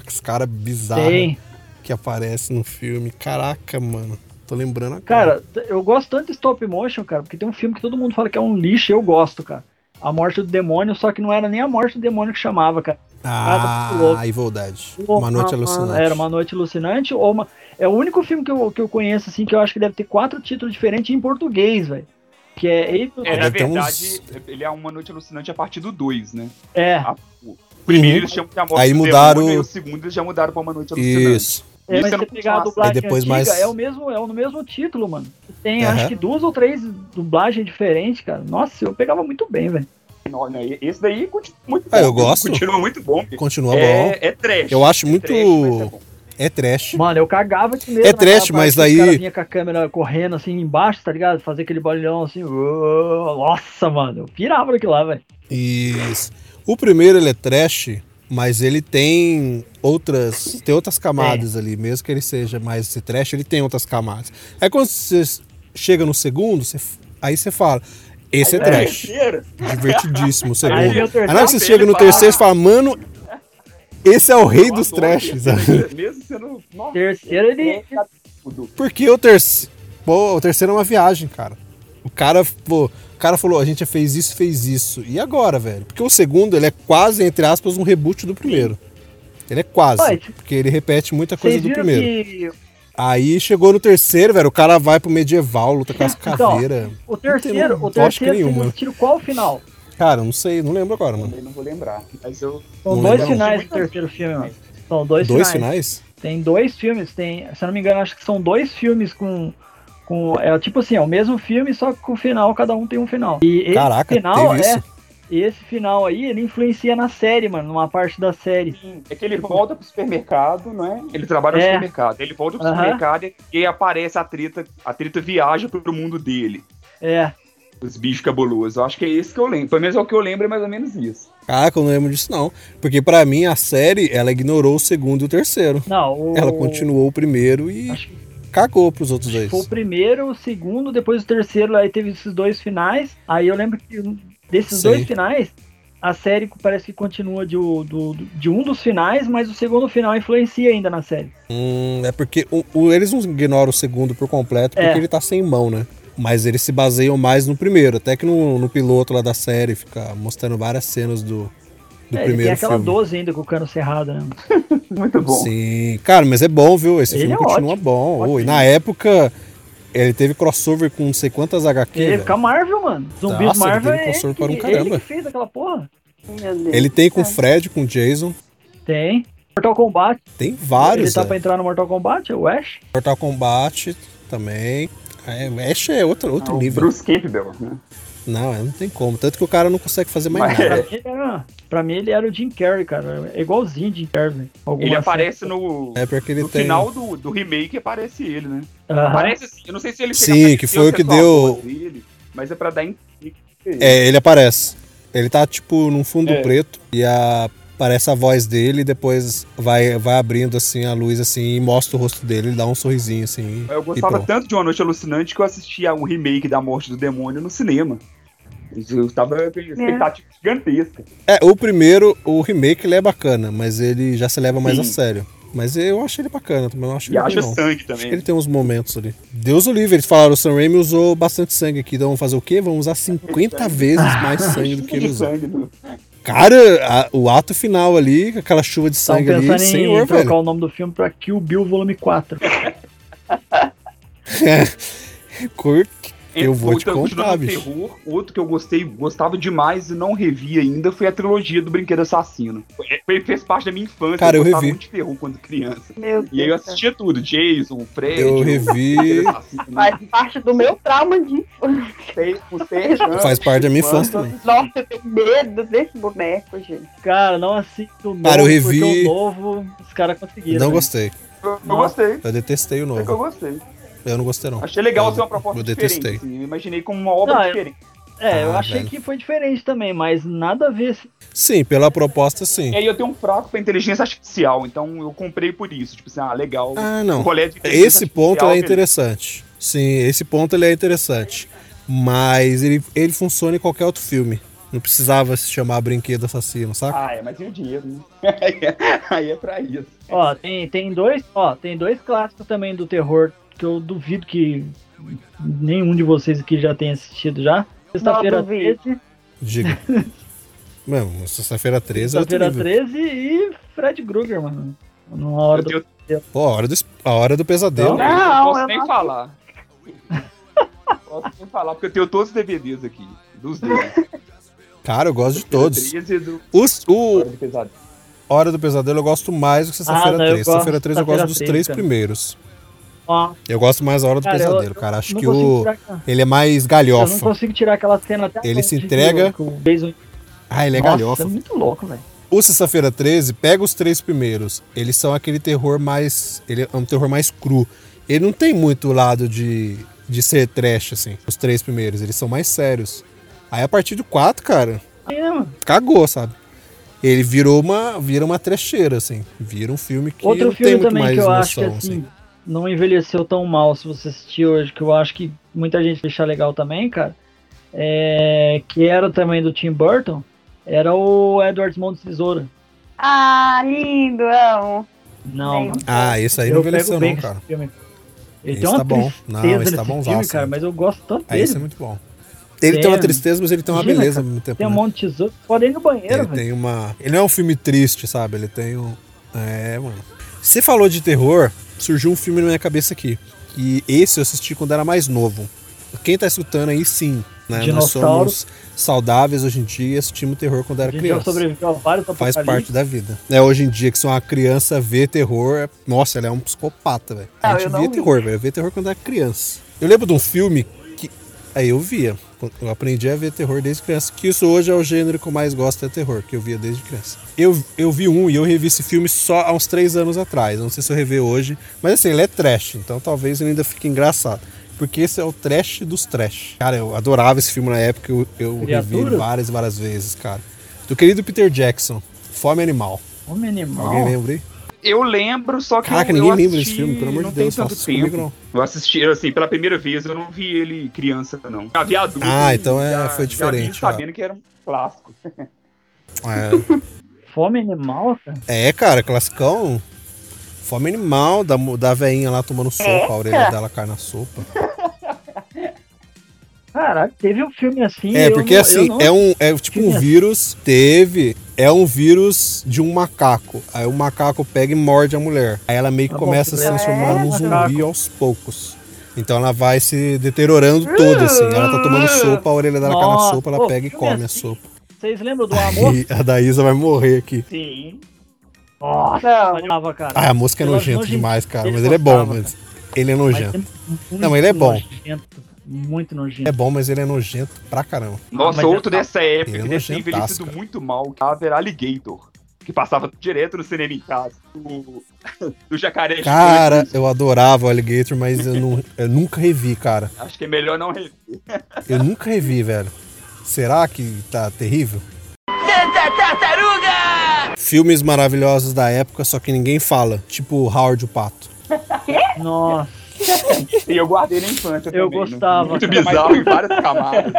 B: As caras bizarros
E: bem.
B: que aparecem no filme. Caraca, mano. Tô lembrando agora.
E: Cara, t- eu gosto tanto de stop motion, cara, porque tem um filme que todo mundo fala que é um lixo, e eu gosto, cara. A morte do demônio, só que não era nem a morte do demônio que chamava, cara.
B: ah,
E: tá muito louco.
B: Evil Dead.
E: Pô,
B: Uma noite
E: mano,
B: alucinante.
E: Era Uma Noite Alucinante ou uma... É o único filme que eu, que eu conheço, assim, que eu acho que deve ter quatro títulos diferentes em português, velho. Que é... Eight-
D: É, na
B: Deve ter uns-
D: verdade, ele é uma noite alucinante a partir do 2, né?
E: É,
D: A- o primeiro
B: Uhum.
D: eles chamam de amor
B: Aí mudaram-
D: e o segundo eles já mudaram pra uma noite alucinante. um
B: Isso.
E: é, mas
D: eu
E: se
D: não
E: você pegar a
D: faço.
E: dublagem
B: E depois
E: antiga,
B: mais-
E: é, o mesmo, é o mesmo título, mano. Tem,
B: Aham.
E: acho que duas ou três dublagens diferentes, cara. Nossa, eu pegava muito bem, velho.
D: Não, não, né? Esse daí continua muito bom.
B: Ah, eu gosto.
D: Continua muito bom.
B: Continua bom.
D: É, é trash.
B: Eu acho
D: É
B: muito-
D: trash, mas é bom.
B: É trash.
E: Mano, eu cagava de medo.
B: É
E: naquela
B: trash,
E: parte
B: mas
E: que os
B: daí-
E: cara vinha com a câmera correndo assim embaixo, tá ligado? Fazer aquele barulhão assim. uou, nossa, mano. Eu pirava daquilo lá, velho.
B: Isso. O primeiro ele é trash, mas ele tem outras, tem outras camadas ali, mesmo que ele seja mais esse trash, ele tem outras camadas. É quando você chega no segundo, você f- aí você fala, esse é trash,
D: Terceiro.
B: divertidíssimo o segundo.
E: Aí
B: Aí,
E: vem o terceiro,
B: na hora que você
D: ele
B: chega no
D: fala-
B: terceiro, você fala, mano, esse é o rei
D: Eu né?"
B: dos
D: adoro
B: trashes. né?
D: terceiro, Mesmo sendo. Nossa, é, tá
E: Terceiro ele.
B: Porque o terceiro, pô, o terceiro é uma viagem, cara. O cara, pô, o cara falou, a gente já fez isso, fez isso. E agora, velho? Porque o segundo, ele é quase, entre aspas, um reboot do primeiro. Ele é quase,
E: Vai.
B: porque ele repete muita coisa
E: Vocês
B: do
E: viram
B: primeiro.
E: que
B: Aí chegou no terceiro, velho, o cara vai pro medieval, luta com as
E: Então,
B: caveiras.
E: o terceiro, o
B: lógica
E: terceiro tem
B: um nenhuma.
E: um tiro qual o final?
B: Cara, não sei, não lembro agora, mano.
D: Eu não vou lembrar. Mas eu.
E: São
B: Não
E: dois
B: lembro.
E: finais do terceiro filme, mano. São dois,
B: Dois
E: finais.
B: finais?
E: Tem dois filmes, tem, se eu não me engano, acho que são dois filmes com. com é tipo assim, é o mesmo filme, só que com o final, cada um tem um final. E esse
B: Caraca,
E: final
B: teve
E: é.
B: isso?
E: Esse final aí, ele influencia na série, mano, numa parte da série.
D: É que ele volta pro supermercado, não é? Ele trabalha no
E: É.
D: supermercado. Ele volta pro
E: Aham.
D: supermercado e- e aí aparece a treta. A treta viaja pro mundo dele.
E: É.
D: Os bichos cabulosos. Eu acho que é esse que eu lembro. Pelo menos é o que eu lembro, é mais ou menos isso.
B: Caraca, eu não lembro disso não. Porque pra mim a série, ela ignorou o segundo e o terceiro.
E: Não, o.
B: Ela continuou o primeiro e
E: Acho que
B: cagou pros outros dois.
E: foi o primeiro, o segundo, depois o terceiro, aí teve esses dois finais. Aí eu lembro que um desses
B: Sei.
E: dois finais, a série parece que continua de, o- do- do- de um dos finais, mas o segundo final influencia ainda na série.
B: Hum, é porque o- o- eles não ignoram o segundo por completo, porque
E: É.
B: ele tá sem mão, né? Mas eles se baseiam mais no primeiro, até que no, no piloto lá da série fica mostrando várias cenas do, do
E: É, ele tem
B: primeiro
E: aquela
B: filme.
E: 12 ainda com o cano cerrado, né?
D: Muito bom.
B: Sim, cara, mas é bom, viu? Esse
E: Ele
B: filme
E: é
B: continua
E: ótimo,
B: bom.
E: ótimo.
B: Ô, E na época, ele teve crossover com não sei quantas HQ.
E: Ele
B: velho.
E: com a Marvel, mano. Zumbis
B: Nossa, ele
E: Marvel
B: teve
E: é ele,
B: consultor
E: que,
B: para um
E: ele
B: caramba.
E: que fez aquela porra.
C: Meu Deus.
B: Ele tem
E: É.
B: com o Fred, com o Jason.
E: Tem. Mortal Kombat.
B: Tem vários.
E: ele tá
B: né?
E: pra entrar no Mortal Kombat, o Ash.
B: Mortal Kombat também. É, Ash é outro, outro
E: Ah,
D: O
B: nível.
D: Bruce Campbell, né?
B: Não, é, não tem como. Tanto que o cara não consegue fazer mais
D: Mas-
B: nada.
E: Pra, mim, ele era, pra mim ele era o Jim Carrey, cara. É igualzinho o Jim Carrey. velho. Alguma
D: Ele
E: cena.
D: aparece no,
B: É porque ele
D: no
B: tem.
D: final do, do remake, aparece ele, né?
E: Aham.
D: Aparece assim, eu não sei se ele
B: Sim, que foi o que deu-
D: Dele, mas é pra dar. in-
B: É, ele aparece. Ele tá, tipo, num fundo
D: É.
B: preto e a- aparece a voz dele e depois vai, vai abrindo, assim, a luz, assim, e mostra o rosto dele, ele dá um sorrisinho, assim.
D: Eu
B: e
D: gostava
B: pronto.
D: tanto de Uma Noite Alucinante que eu assistia um remake da Morte do Demônio no cinema. Eu tava
E: É.
D: com expectativa gigantesca.
B: É, o primeiro, o remake, ele é bacana, mas ele já se leva mais
D: Sim.
B: a sério. Mas eu achei ele bacana também, não acho
D: E
B: ele ruim,
D: acha
B: não.
D: é sangue
B: Acho que ele
D: também.
B: tem uns momentos ali. Deus o livre, eles falaram, o Sam Raimi usou bastante sangue aqui, então vamos fazer o quê? Vamos usar 50 vezes mais sangue do tá que ele
D: Tem
B: usou.
D: sangue no-
B: Cara, a- o ato final ali, com aquela chuva de
E: Estavam
B: sangue ali,
E: pensando em
B: senhor,
E: trocar
B: velho.
E: o nome do filme pra Kill Bill Volume 4.
B: Cor- Eu vou te
D: Voltando, continuando
B: contar,
D: no
B: bicho.
D: então terror, outro que eu gostei, gostava demais e não revi ainda foi a trilogia do Brinquedo Assassino. Foi, fez parte da minha infância.
B: Cara, eu
D: gostava
B: revi.
D: muito de terror quando criança.
C: Meu Deus.
D: E aí eu assistia tudo, Jason, Fred,
B: Eu
D: o
B: revi.
D: Brinquedo Assassino, né?
C: Faz parte do meu trauma de.
D: seis- com seis anos.
B: Faz parte da minha infância
D: Quando-
B: também.
C: Nossa, eu tenho medo desse boneco, gente.
E: Cara, não assisto o novo,
B: Cara, eu revi-
E: porque o novo, os caras conseguiram.
B: Não
E: né?
B: gostei.
D: Eu eu
E: Nossa.
D: gostei.
B: Eu detestei o
D: É que eu
B: novo.
D: gostei.
B: Eu não gostei, não.
D: Achei legal
B: Eu-
D: ser uma proposta
B: eu
D: diferente.
B: detestei.
D: assim. Eu imaginei como uma obra
E: Não, eu-
D: diferente.
E: É, eu
B: Ah,
E: achei
B: velho.
E: que foi diferente também, mas nada a ver. assim. se-
B: Sim, pela proposta, sim.
D: E aí eu tenho um fraco pra inteligência artificial, então eu comprei por isso. Tipo assim, ah, legal.
B: Ah, não.
D: Um rolê de inteligência
B: Esse ponto
D: artificial,
B: é
D: beleza.
B: interessante. Sim, esse ponto ele é interessante. Mas ele, ele funciona em qualquer outro filme. Não precisava se chamar Brinquedo Assassino, saca?
D: Ah, é, mas tem o dinheiro, né? Aí é- aí é pra isso.
E: Ó, tem, tem dois, ó, tem dois clássicos também do terror que eu duvido que nenhum de vocês aqui já tenha assistido já. Sexta-feira
C: duvido.
E: 13,
B: Diga. Mano, sexta-feira 13 é outro
E: sexta-feira
B: nível.
E: 13 e Fred Krueger, mano. Numa hora
D: eu
E: do...
D: tenho...
B: Pô, a hora do, a hora do pesadelo.
D: Não,
C: Não,
D: eu não é posso
C: eu
D: nem
C: não-
D: falar. posso nem falar, porque eu tenho todos os DVDs aqui. Dos dois.
B: Cara, eu gosto de todos.
D: 13 do...
B: Os, o
D: Hora do Pesadelo.
B: Hora do Pesadelo eu gosto mais do que Sexta-feira
E: Ah, não, eu
B: 13. Sexta-feira 13
E: gosto
B: eu
E: Sexta-feira
B: gosto dos
E: 13,
B: três
E: cara.
B: primeiros.
E: Ó,
B: Eu gosto mais da Hora do
E: Cara, eu-
B: Pesadelo, cara. Acho
E: não
B: que
E: consigo
B: o.
E: tirar aquela-
B: Ele é mais
E: Eu não
B: galhofa.
E: consigo tirar aquela cena até
B: Ele
E: agora
B: se
E: que o-
B: entrega-
E: que o Jason-
B: Ah, ele é
E: um Nossa,
B: galhofa.
E: é muito louco, velho.
B: O Sexta-feira 13 pega os três primeiros. Eles são aquele terror mais. Ele é um terror mais cru. Ele não tem muito lado de, de ser trash, assim. Os três primeiros. Eles são mais sérios. Aí a partir do 4, cara,
E: Aí, né, mano?
B: cagou, sabe? Ele virou uma. Vira uma trecheira, assim. Vira um filme que
E: Outro
B: não tem
E: filme
B: muito
E: também
B: mais
E: que eu
B: noção,
E: acho que assim,
B: assim.
E: não envelheceu tão mal se você assistir hoje, que eu acho que muita gente deixar legal também, cara. É, que era também do Tim Burton, era o Edward Mão de Tesoura.
C: Ah, lindo, amo.
E: Não,
C: Bem,
E: mano,
B: Ah, esse aí
E: eu
B: não
E: pego
B: envelheceu,
E: bem
B: não,
E: com
B: cara.
E: esse filme. Ele
B: Esse
E: tem uma
B: tá bom.
E: tristeza
B: Não, esse tá
E: nesse
B: bonzaço,
E: filme, cara,
B: né?
E: mas eu gosto tanto
B: Aí esse é
E: dele.
B: muito bom. Ele tem uma tristeza, mas ele tem uma
E: Imagina,
B: beleza
E: cara,
B: ao mesmo tempo.
E: Tem um
B: né?
E: monte de tesouro, pode ir no banheiro,
B: Ele
E: velho.
B: tem uma. Ele não é um filme triste, sabe? Ele tem um. É, mano. Você falou de terror, surgiu um filme na minha cabeça aqui. E esse eu assisti quando era mais novo. Quem tá escutando aí, sim. Né? Nós
E: Dinossauro.
B: somos saudáveis hoje em dia e assistimos terror quando era
E: A gente já
B: criança.
E: sobreviveu a vários
B: Faz
E: apocalipses.
B: parte da vida. É, hoje em dia, que se uma criança vê terror, é- nossa, ela é um psicopata, velho.
C: Não,
B: A
C: eu
B: gente
C: não
B: via
C: vi.
B: terror, velho. Eu via terror quando era criança. Eu lembro de um filme que. Aí eu via. Eu aprendi a ver terror desde criança. Que isso hoje é o gênero que eu mais gosto, é terror, que eu via desde criança. Eu, eu vi um e eu revi esse filme só há uns três anos atrás. Não sei se eu rever hoje. Mas assim, ele é trash, então talvez ele ainda fique engraçado. Porque esse é o trash dos trash. Cara, eu adorava esse filme na época, eu, eu revi ele
E: Criatura?
B: várias e várias vezes, cara. Do querido Peter Jackson, Fome Animal.
E: Homem animal.
B: Alguém lembra aí?
D: Eu lembro, só que.
B: Caraca,
D: eu,
B: ninguém
D: eu
B: lembra
D: assisti
B: desse filme, pelo amor de
D: não tem
B: Deus,
D: tanto
B: faça isso comigo,
D: tempo. Eu assisti, assim, pela primeira vez, eu não vi ele criança, não. Já vi adulto.
B: Ah,
D: e
B: então é-
D: já-
B: foi
D: já vi
B: diferente, ó.
D: sabendo que era um clássico.
E: Fome animal, cara?
B: É, cara, classicão. Fome animal, da, mu- da veinha lá tomando sopa, a orelha dela cai na sopa.
E: Caralho, teve um filme assim.
B: É,
E: eu
B: porque
E: não- eu
B: assim,
E: não-
B: é um é tipo um
E: Tinha.
B: vírus, teve, é um vírus de um macaco. Aí o macaco pega e morde a mulher. Aí ela meio que
E: Tá bom,
B: começa a se
E: beleza.
B: transformar
E: É,
B: num
E: macaco.
B: zumbi aos poucos. Então ela vai se deteriorando toda, assim. Ela tá tomando sopa, a orelha dela cai na
E: Uh! Nossa,
B: sopa, ela
E: pô,
B: pega e
E: filme
B: come a
E: assim.
B: sopa.
E: Vocês lembram do amor?
B: E a Daísa vai morrer aqui.
E: Sim. Nossa,
C: Não.
E: animava, cara.
B: Ah, a música é
E: Eu acho
B: nojenta
E: nojento.
B: demais, cara.
E: Ele
B: Mas ele é bom,
E: gostava,
B: mas ele é
E: Mas
B: nojento.
E: muito
B: Não, ele é bom.
E: nojento, muito nojento.
B: É bom, mas ele é nojento pra caramba.
D: Nossa,
E: Mas é-
D: outro dessa época
B: Ele é
D: que deve ter
B: nojentaço,
D: envelhecido
B: cara.
D: muito mal, que era Alligator, que passava direto no cinema em casa, do, do jacaré.
B: Cara,
D: gigante.
B: eu adorava o Alligator, mas eu, não, eu nunca revi, cara.
D: Acho que é melhor não rever.
B: Eu nunca revi, velho. Será que tá terrível? Filmes maravilhosos da época, só que ninguém fala. Tipo Howard o Pato.
E: Nossa,
D: E eu guardei na infância
E: Eu
D: também, né?
E: gostava,
D: Muito
E: cara.
D: bizarro em várias camadas.